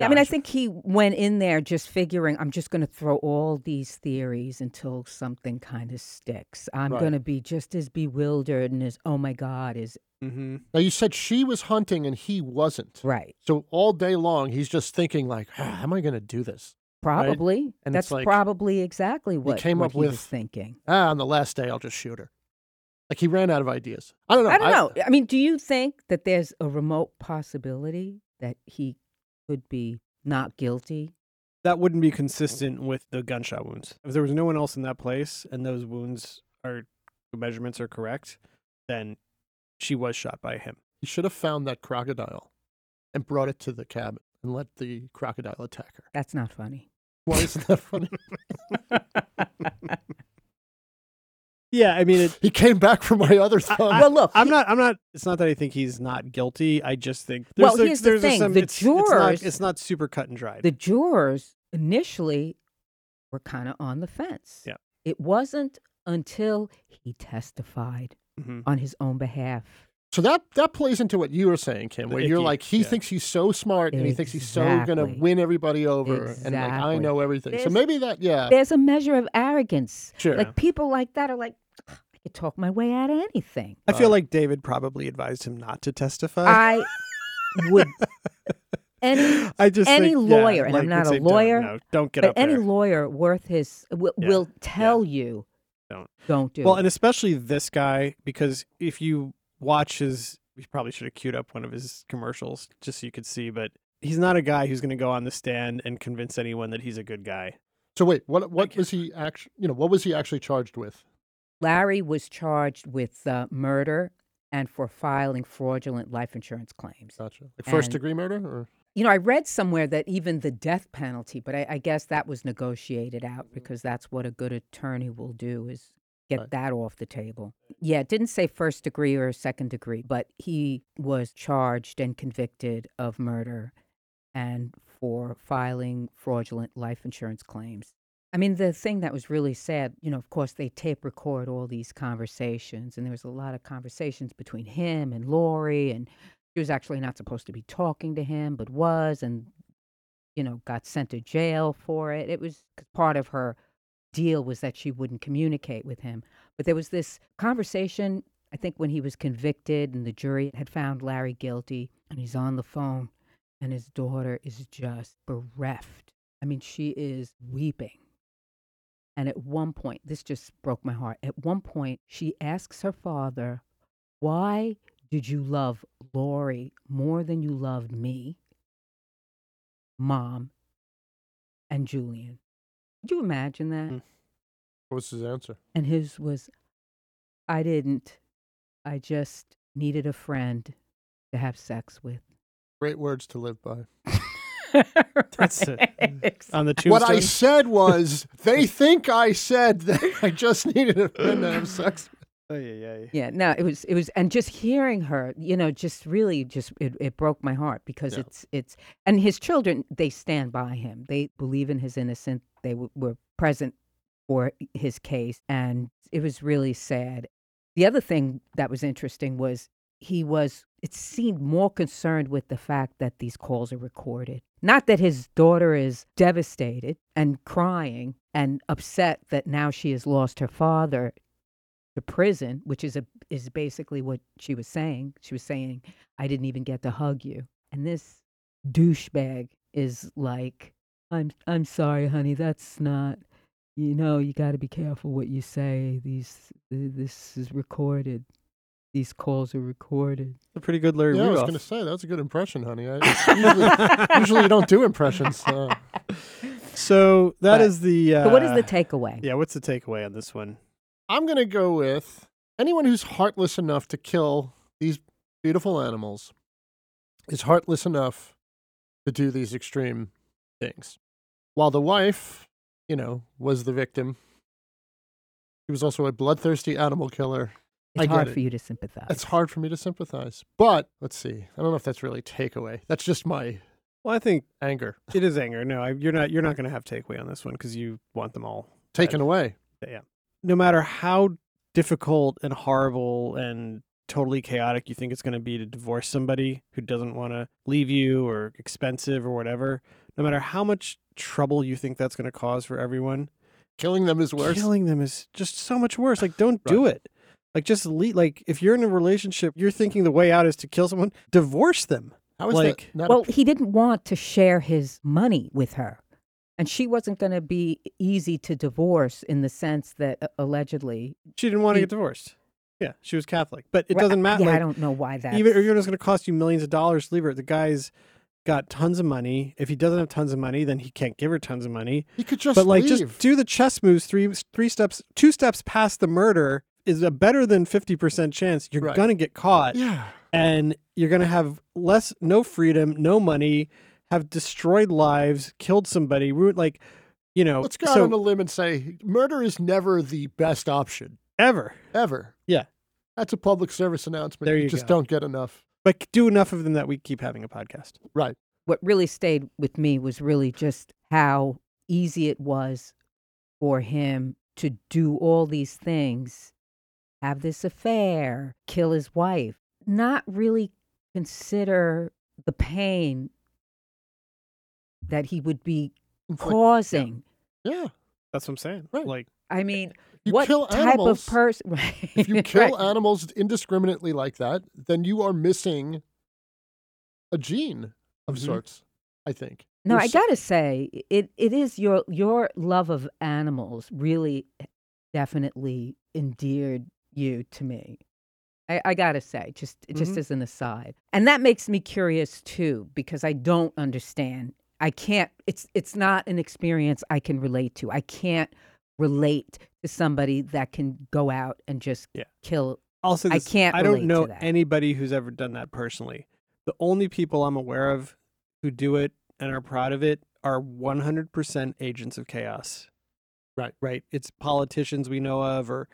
S8: I mean, I think he went in there just figuring, I'm just going to throw all these theories until something kind of sticks. I'm
S6: Right.
S8: going to be just as bewildered and as, oh my God, is.
S6: Now you said she was hunting and he wasn't.
S8: Right.
S6: So all day long he's just thinking like, "Ah, how am I going to do this? Right?
S8: Probably.
S6: And it's
S8: That's
S6: like,
S8: probably exactly what
S6: came
S8: what
S6: up
S8: he
S6: with-
S8: was thinking.
S6: ah, on the last day I'll just shoot her. Like he ran out of ideas. I don't know.
S8: I don't know. I mean, do you think that there's a remote possibility that he could be not guilty?
S7: That wouldn't be consistent with the gunshot wounds. If there was no one else in that place and those wounds are the measurements are correct, then she was shot by him.
S6: He should have found that crocodile and brought it to the cabin and let the crocodile attack her.
S8: That's not funny.
S6: Why isn't that funny?
S7: Yeah, I mean, it,
S6: he came back from my other thumb.
S7: well, look, I'm not. I'm not. It's not that I think he's not guilty. I just think. There's
S8: Well,
S7: a,
S8: here's the
S7: there's a
S8: thing,
S7: some-
S8: the
S7: it's, it's not-
S8: jurors-
S7: It's not super cut and dried.
S8: The jurors initially were kind of on the fence.
S7: Yeah.
S8: It wasn't until he testified
S7: Mhm.
S8: on his own behalf.
S6: So that that plays into what you were saying, Kim,
S7: The
S6: where you're
S7: icky,
S6: like he
S7: yeah.
S6: thinks he's so smart and he thinks he's so going to
S8: Exactly.
S6: win everybody over and like I
S8: Exactly.
S6: know everything. so
S8: There's-
S6: maybe that
S7: Uh,
S6: yeah.
S8: There's a measure of arrogance.
S6: Sure.
S8: Like people like that are like, I could talk my way out of anything.
S7: I feel like David probably advised him not to testify.
S8: I would any
S7: I just
S8: any
S7: think, yeah,
S8: lawyer, and
S7: like
S8: I'm
S7: would
S8: not
S7: say,
S8: a
S7: don't,
S8: lawyer.
S7: no, don't get
S8: but
S7: up
S8: any
S7: there.
S8: lawyer worth his will,
S7: Yeah,
S8: will tell you
S7: Don't.
S8: don't do
S7: well,
S8: it.
S7: and especially this guy because if you watch his, we probably should have queued up one of his commercials just so you could see, but he's not a guy who's going to go on the stand and convince anyone that he's a good guy.
S6: So wait, what what was he actually you know what was he actually charged with?
S8: Larry was charged with uh, murder and for filing fraudulent life insurance claims.
S6: Gotcha. Like first
S8: And-
S6: degree murder or
S8: You know, I read somewhere that even the death penalty, but I, I guess that was negotiated out because that's what a good attorney will do is get
S6: Right.
S8: that off the table. Yeah, it didn't say first degree or second degree, but he was charged and convicted of murder and for filing fraudulent life insurance claims. I mean, the thing that was really sad, you know, of course, they tape record all these conversations, and there was a lot of conversations between him and Lori, and she was actually not supposed to be talking to him, but was, and, you know, got sent to jail for it. It was 'cause part of her deal was that she wouldn't communicate with him. But there was this conversation, I think, when he was convicted and the jury had found Larry guilty, and he's on the phone, and his daughter is just bereft. I mean, she is weeping. And at one point, this just broke my heart. At one point, she asks her father, Why did you love Lori more than you loved me, mom, and Julian? Could you imagine that?
S7: Mm.
S6: what was his answer?
S8: And his was, I didn't. I just needed a friend to have sex with.
S6: Great words to live by.
S7: That's it. On the
S6: What I
S7: tombstone?
S6: said was they think I said that I just needed a friend to have sex.
S7: Oh yeah, yeah.
S8: Yeah, no, it was it was and just hearing her, you know, just really just it, it broke my heart because it's it's and his children, they stand by him. They believe in his innocence. They w- were present for his case and it was really sad. The other thing that was interesting was he was it seemed more concerned with the fact that these calls are recorded. Not that his daughter is devastated and crying and upset that now she has lost her father to prison, which is a is basically what she was saying. She was saying, "I didn't even get to hug you." And this douchebag is like, "I'm I'm sorry, honey. That's not. You know, you got to be careful what you say. These th- this is recorded. These calls are recorded."
S7: A pretty good Larry
S6: Yeah, I was
S7: Rudolph.
S6: going to say that's a good impression, honey. I, usually, usually you don't do impressions. uh, so.
S7: So that is the. Uh,
S8: But what is the takeaway?
S7: Yeah, what's the takeaway on this one?
S6: I'm going to go with anyone who's heartless enough to kill these beautiful animals is heartless enough to do these extreme things. While the wife, you know, was the victim, she was also a bloodthirsty animal killer.
S8: It's
S6: I get
S8: hard
S6: it.
S8: for you to sympathize.
S6: It's hard for me to sympathize. But let's see. I don't know if that's really takeaway. That's just my
S7: Well, I think
S6: anger
S7: it is anger. No, I, you're not. You're not going to have takeaway on this one because you want them all
S6: taken away.
S7: Yeah. No matter how difficult and horrible and totally chaotic you think it's going to be to divorce somebody who doesn't want to leave you or expensive or whatever, no matter how much trouble you think that's going to cause for everyone,
S6: Killing them is worse.
S7: killing them is just so much worse. Like, don't do it. Like, just leave. Like, if you're in a relationship, you're thinking the way out is to kill someone, divorce them.
S6: How is
S7: like,
S6: that? Not a-
S8: well, he didn't want to share his money with her. And she wasn't e-, going to be easy to divorce in the sense that uh, allegedly
S7: she didn't want to
S8: He-
S7: get divorced. Yeah, she was Catholic, but it
S8: Right, uh,
S7: doesn't matter.
S8: yeah, I
S7: like,
S8: don't know why that-
S7: Even even if it's going to cost you millions of dollars to leave her, the guy's got tons of money. If he doesn't have tons of money, then he can't give her tons of money.
S6: He could just
S7: but like
S6: leave.
S7: just do the chess moves three three steps two steps past the murder is a better than fifty percent chance you're
S6: Right.
S7: gonna get caught.
S6: Yeah.
S7: and you're gonna have less no freedom, no money, have destroyed lives, killed somebody, ruined like you know.
S6: Let's go out
S7: so-
S6: on a limb and say murder is never the best option
S7: ever,
S6: ever.
S7: yeah.
S6: That's a public service announcement.
S7: There
S6: you,
S7: you
S6: just
S7: go.
S6: don't get enough.
S7: But do enough of them that we keep having a podcast.
S6: Right.
S8: what really stayed with me was really just how easy it was for him to do all these things have this affair, kill his wife, not really consider the pain that he would be causing.
S6: Yeah.
S7: That's what I'm saying. Right. Like
S8: I mean,
S6: You
S8: what
S6: kill
S8: type
S6: animals.
S8: of person? If
S6: you kill animals indiscriminately like that, then you are missing a gene of sorts, I think.
S8: Mm-hmm. No,
S6: You're
S8: I
S6: s-
S8: gotta say, it, it is your your love of animals really definitely endeared you to me. I, I gotta say, just just
S7: Mm-hmm.
S16: Mhm.
S8: as an aside. And that makes me curious too, because I don't understand. I can't it's it's not an experience I can relate to. I can't relate to somebody that can go out and just kill
S7: also
S8: I
S7: this-
S8: can't
S7: I don't
S8: relate
S7: know
S8: to that.
S7: anybody who's ever done that personally. The only people I'm aware of who do it and are proud of it are 100% agents of chaos.
S6: Right.
S7: Right. It's politicians we know of or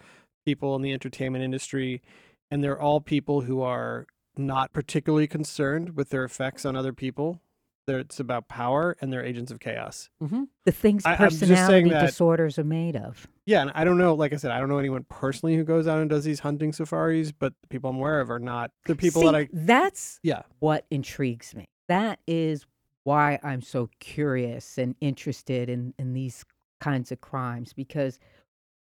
S7: people in the entertainment industry and they're all people who are not particularly concerned with their effects on other people. They're, it's about power and they're agents of chaos.
S8: the things
S7: I- I'm just saying
S8: personality
S7: that-
S8: disorders are made of.
S7: Yeah, and I don't know. Like I said, I don't know anyone personally who goes out and does these hunting safaris, but the people I'm aware of are not the people that
S8: See,
S7: I.
S8: that's
S7: Yeah.
S8: what intrigues me. That is why I'm so curious and interested in, in these kinds of crimes because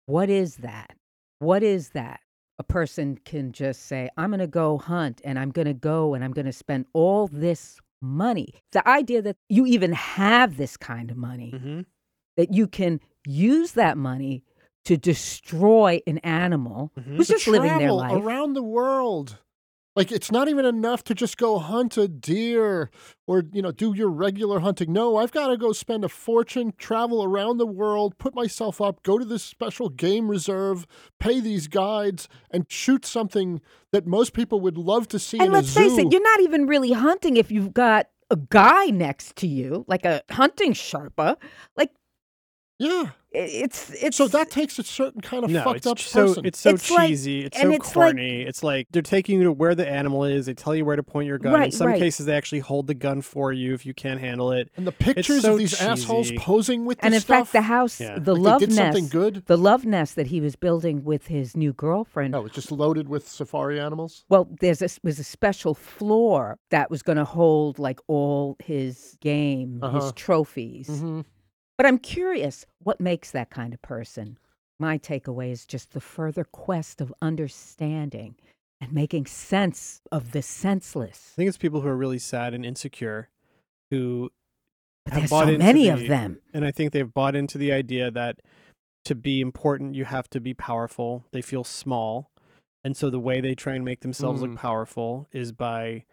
S8: what is that? What is that? A person can just say, I'm going to go hunt and I'm going to go and I'm going to spend all this money. The idea that you even have this kind of money,
S6: Mm-hmm.
S7: Mm-hmm.
S8: that you can use that money to destroy an animal who's
S6: Mm-hmm. To
S8: just living their
S6: travel
S8: life.
S6: around the world. Like it's not even enough to just go hunt a deer or you know do your regular hunting. No, I've got to go spend a fortune, travel around the world, put myself up, go to this special game reserve, pay these guides, and shoot something that most people would love to see.
S8: And
S6: in
S8: let's
S6: a zoo.
S8: face it, you're not even really hunting if you've got a guy next to you, like a hunting sherpa. Like,
S6: yeah,
S8: it's it's
S6: so that takes a certain kind of
S7: no,
S6: fucked
S7: it's
S6: up
S7: so
S6: person.
S7: it's so cheesy. it's so corny. it's like they're taking you to where the animal is. They tell you where to point your gun. in
S6: Right,
S7: some
S6: right.
S7: cases, they actually hold the gun for you if you can't handle it.
S6: And the
S7: It's
S6: pictures
S7: so
S6: of these assholes
S7: cheesy.
S6: posing with
S8: and in
S6: this
S8: fact, the
S6: stuff.
S8: house,
S7: Yeah.
S8: the
S6: Like they
S8: love
S6: did
S8: nest,
S6: something good? Oh.
S8: the love nest that he was building with his new girlfriend.
S6: No, it's just loaded with safari animals.
S8: Well, there's a, was a special floor that was going to hold like all his game,
S6: Uh-huh.
S8: his trophies.
S6: Mm-hmm.
S8: But I'm curious, what makes that kind of person? My takeaway is just the further quest of understanding and making sense of the senseless.
S7: I think it's people who are really sad and insecure who
S8: But
S7: have
S8: there's
S7: bought
S8: so
S7: into
S8: many of
S7: the-
S8: them.
S7: And I think they've bought into the idea that to be important, you have to be powerful. They feel small. And so the way they try and make themselves
S6: Mm.
S7: look powerful is by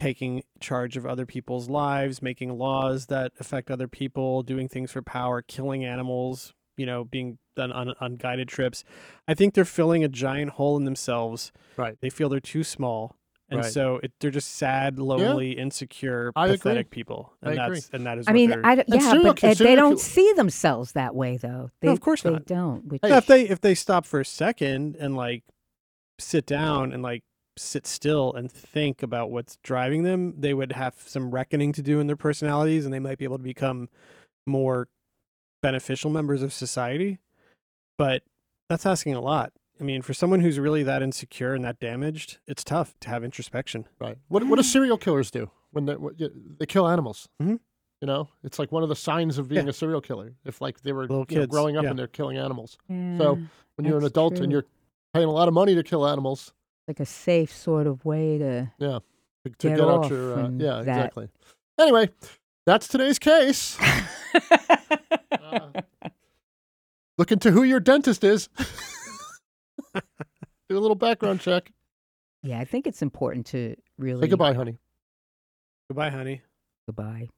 S7: taking charge of other people's lives, making laws that affect other people, doing things for power, killing animals, you know, being done on, on guided trips. I think they're filling a giant hole in themselves.
S6: Right.
S7: They feel they're too small. And
S6: Right.
S7: so it, they're just sad, lonely, insecure,
S6: I agree.
S7: pathetic people.
S6: I
S7: And
S6: agree.
S7: that's and that is
S8: I
S7: what
S8: mean,
S7: they're-
S8: I d-
S6: And
S8: yeah,
S6: serial
S8: but
S6: kill-
S8: uh, they
S6: serial
S8: don't
S6: kill-
S8: see themselves that way, though. They,
S7: No, of course
S8: they
S7: not.
S8: don't. Which
S7: Yeah, if they if they stop for a second and like sit down and like sit still and think about what's driving them, they would have some reckoning to do in their personalities, and they might be able to become more beneficial members of society. But that's asking a lot. I mean, for someone who's really that insecure and that damaged, it's tough to have introspection.
S6: Right. What what do serial killers do when they what, yeah, they kill animals?
S8: Mm-hmm.
S7: Mhm.
S6: You know, it's like one of the signs of being a serial killer. If like they were
S7: Little
S6: you know,
S7: kids,
S6: growing up
S7: yeah.
S6: and they're killing animals. so
S8: Yeah,
S6: when you're an
S8: that's
S6: adult
S8: true.
S6: and you're paying a lot of money to kill animals,
S8: like a safe sort of way to.
S6: yeah, to, to
S8: Get
S6: get out
S8: off
S6: your uh,
S8: and
S6: yeah
S8: that.
S6: exactly. Anyway, that's today's case. Look into who your dentist is. Did a little background check.
S8: Yeah, I think it's important to really
S6: Say goodbye, honey.
S7: Goodbye, honey.
S8: Goodbye.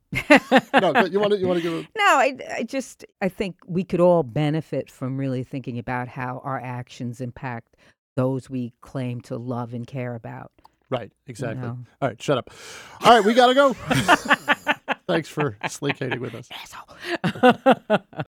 S6: No, but you want to you want to give a
S8: No, I, I just I think we could all benefit from really thinking about how our actions impact those we claim to love and care about.
S6: Right, exactly.
S8: No.
S6: All right, shut up. All right, we gotta go. Thanks for slicating with us.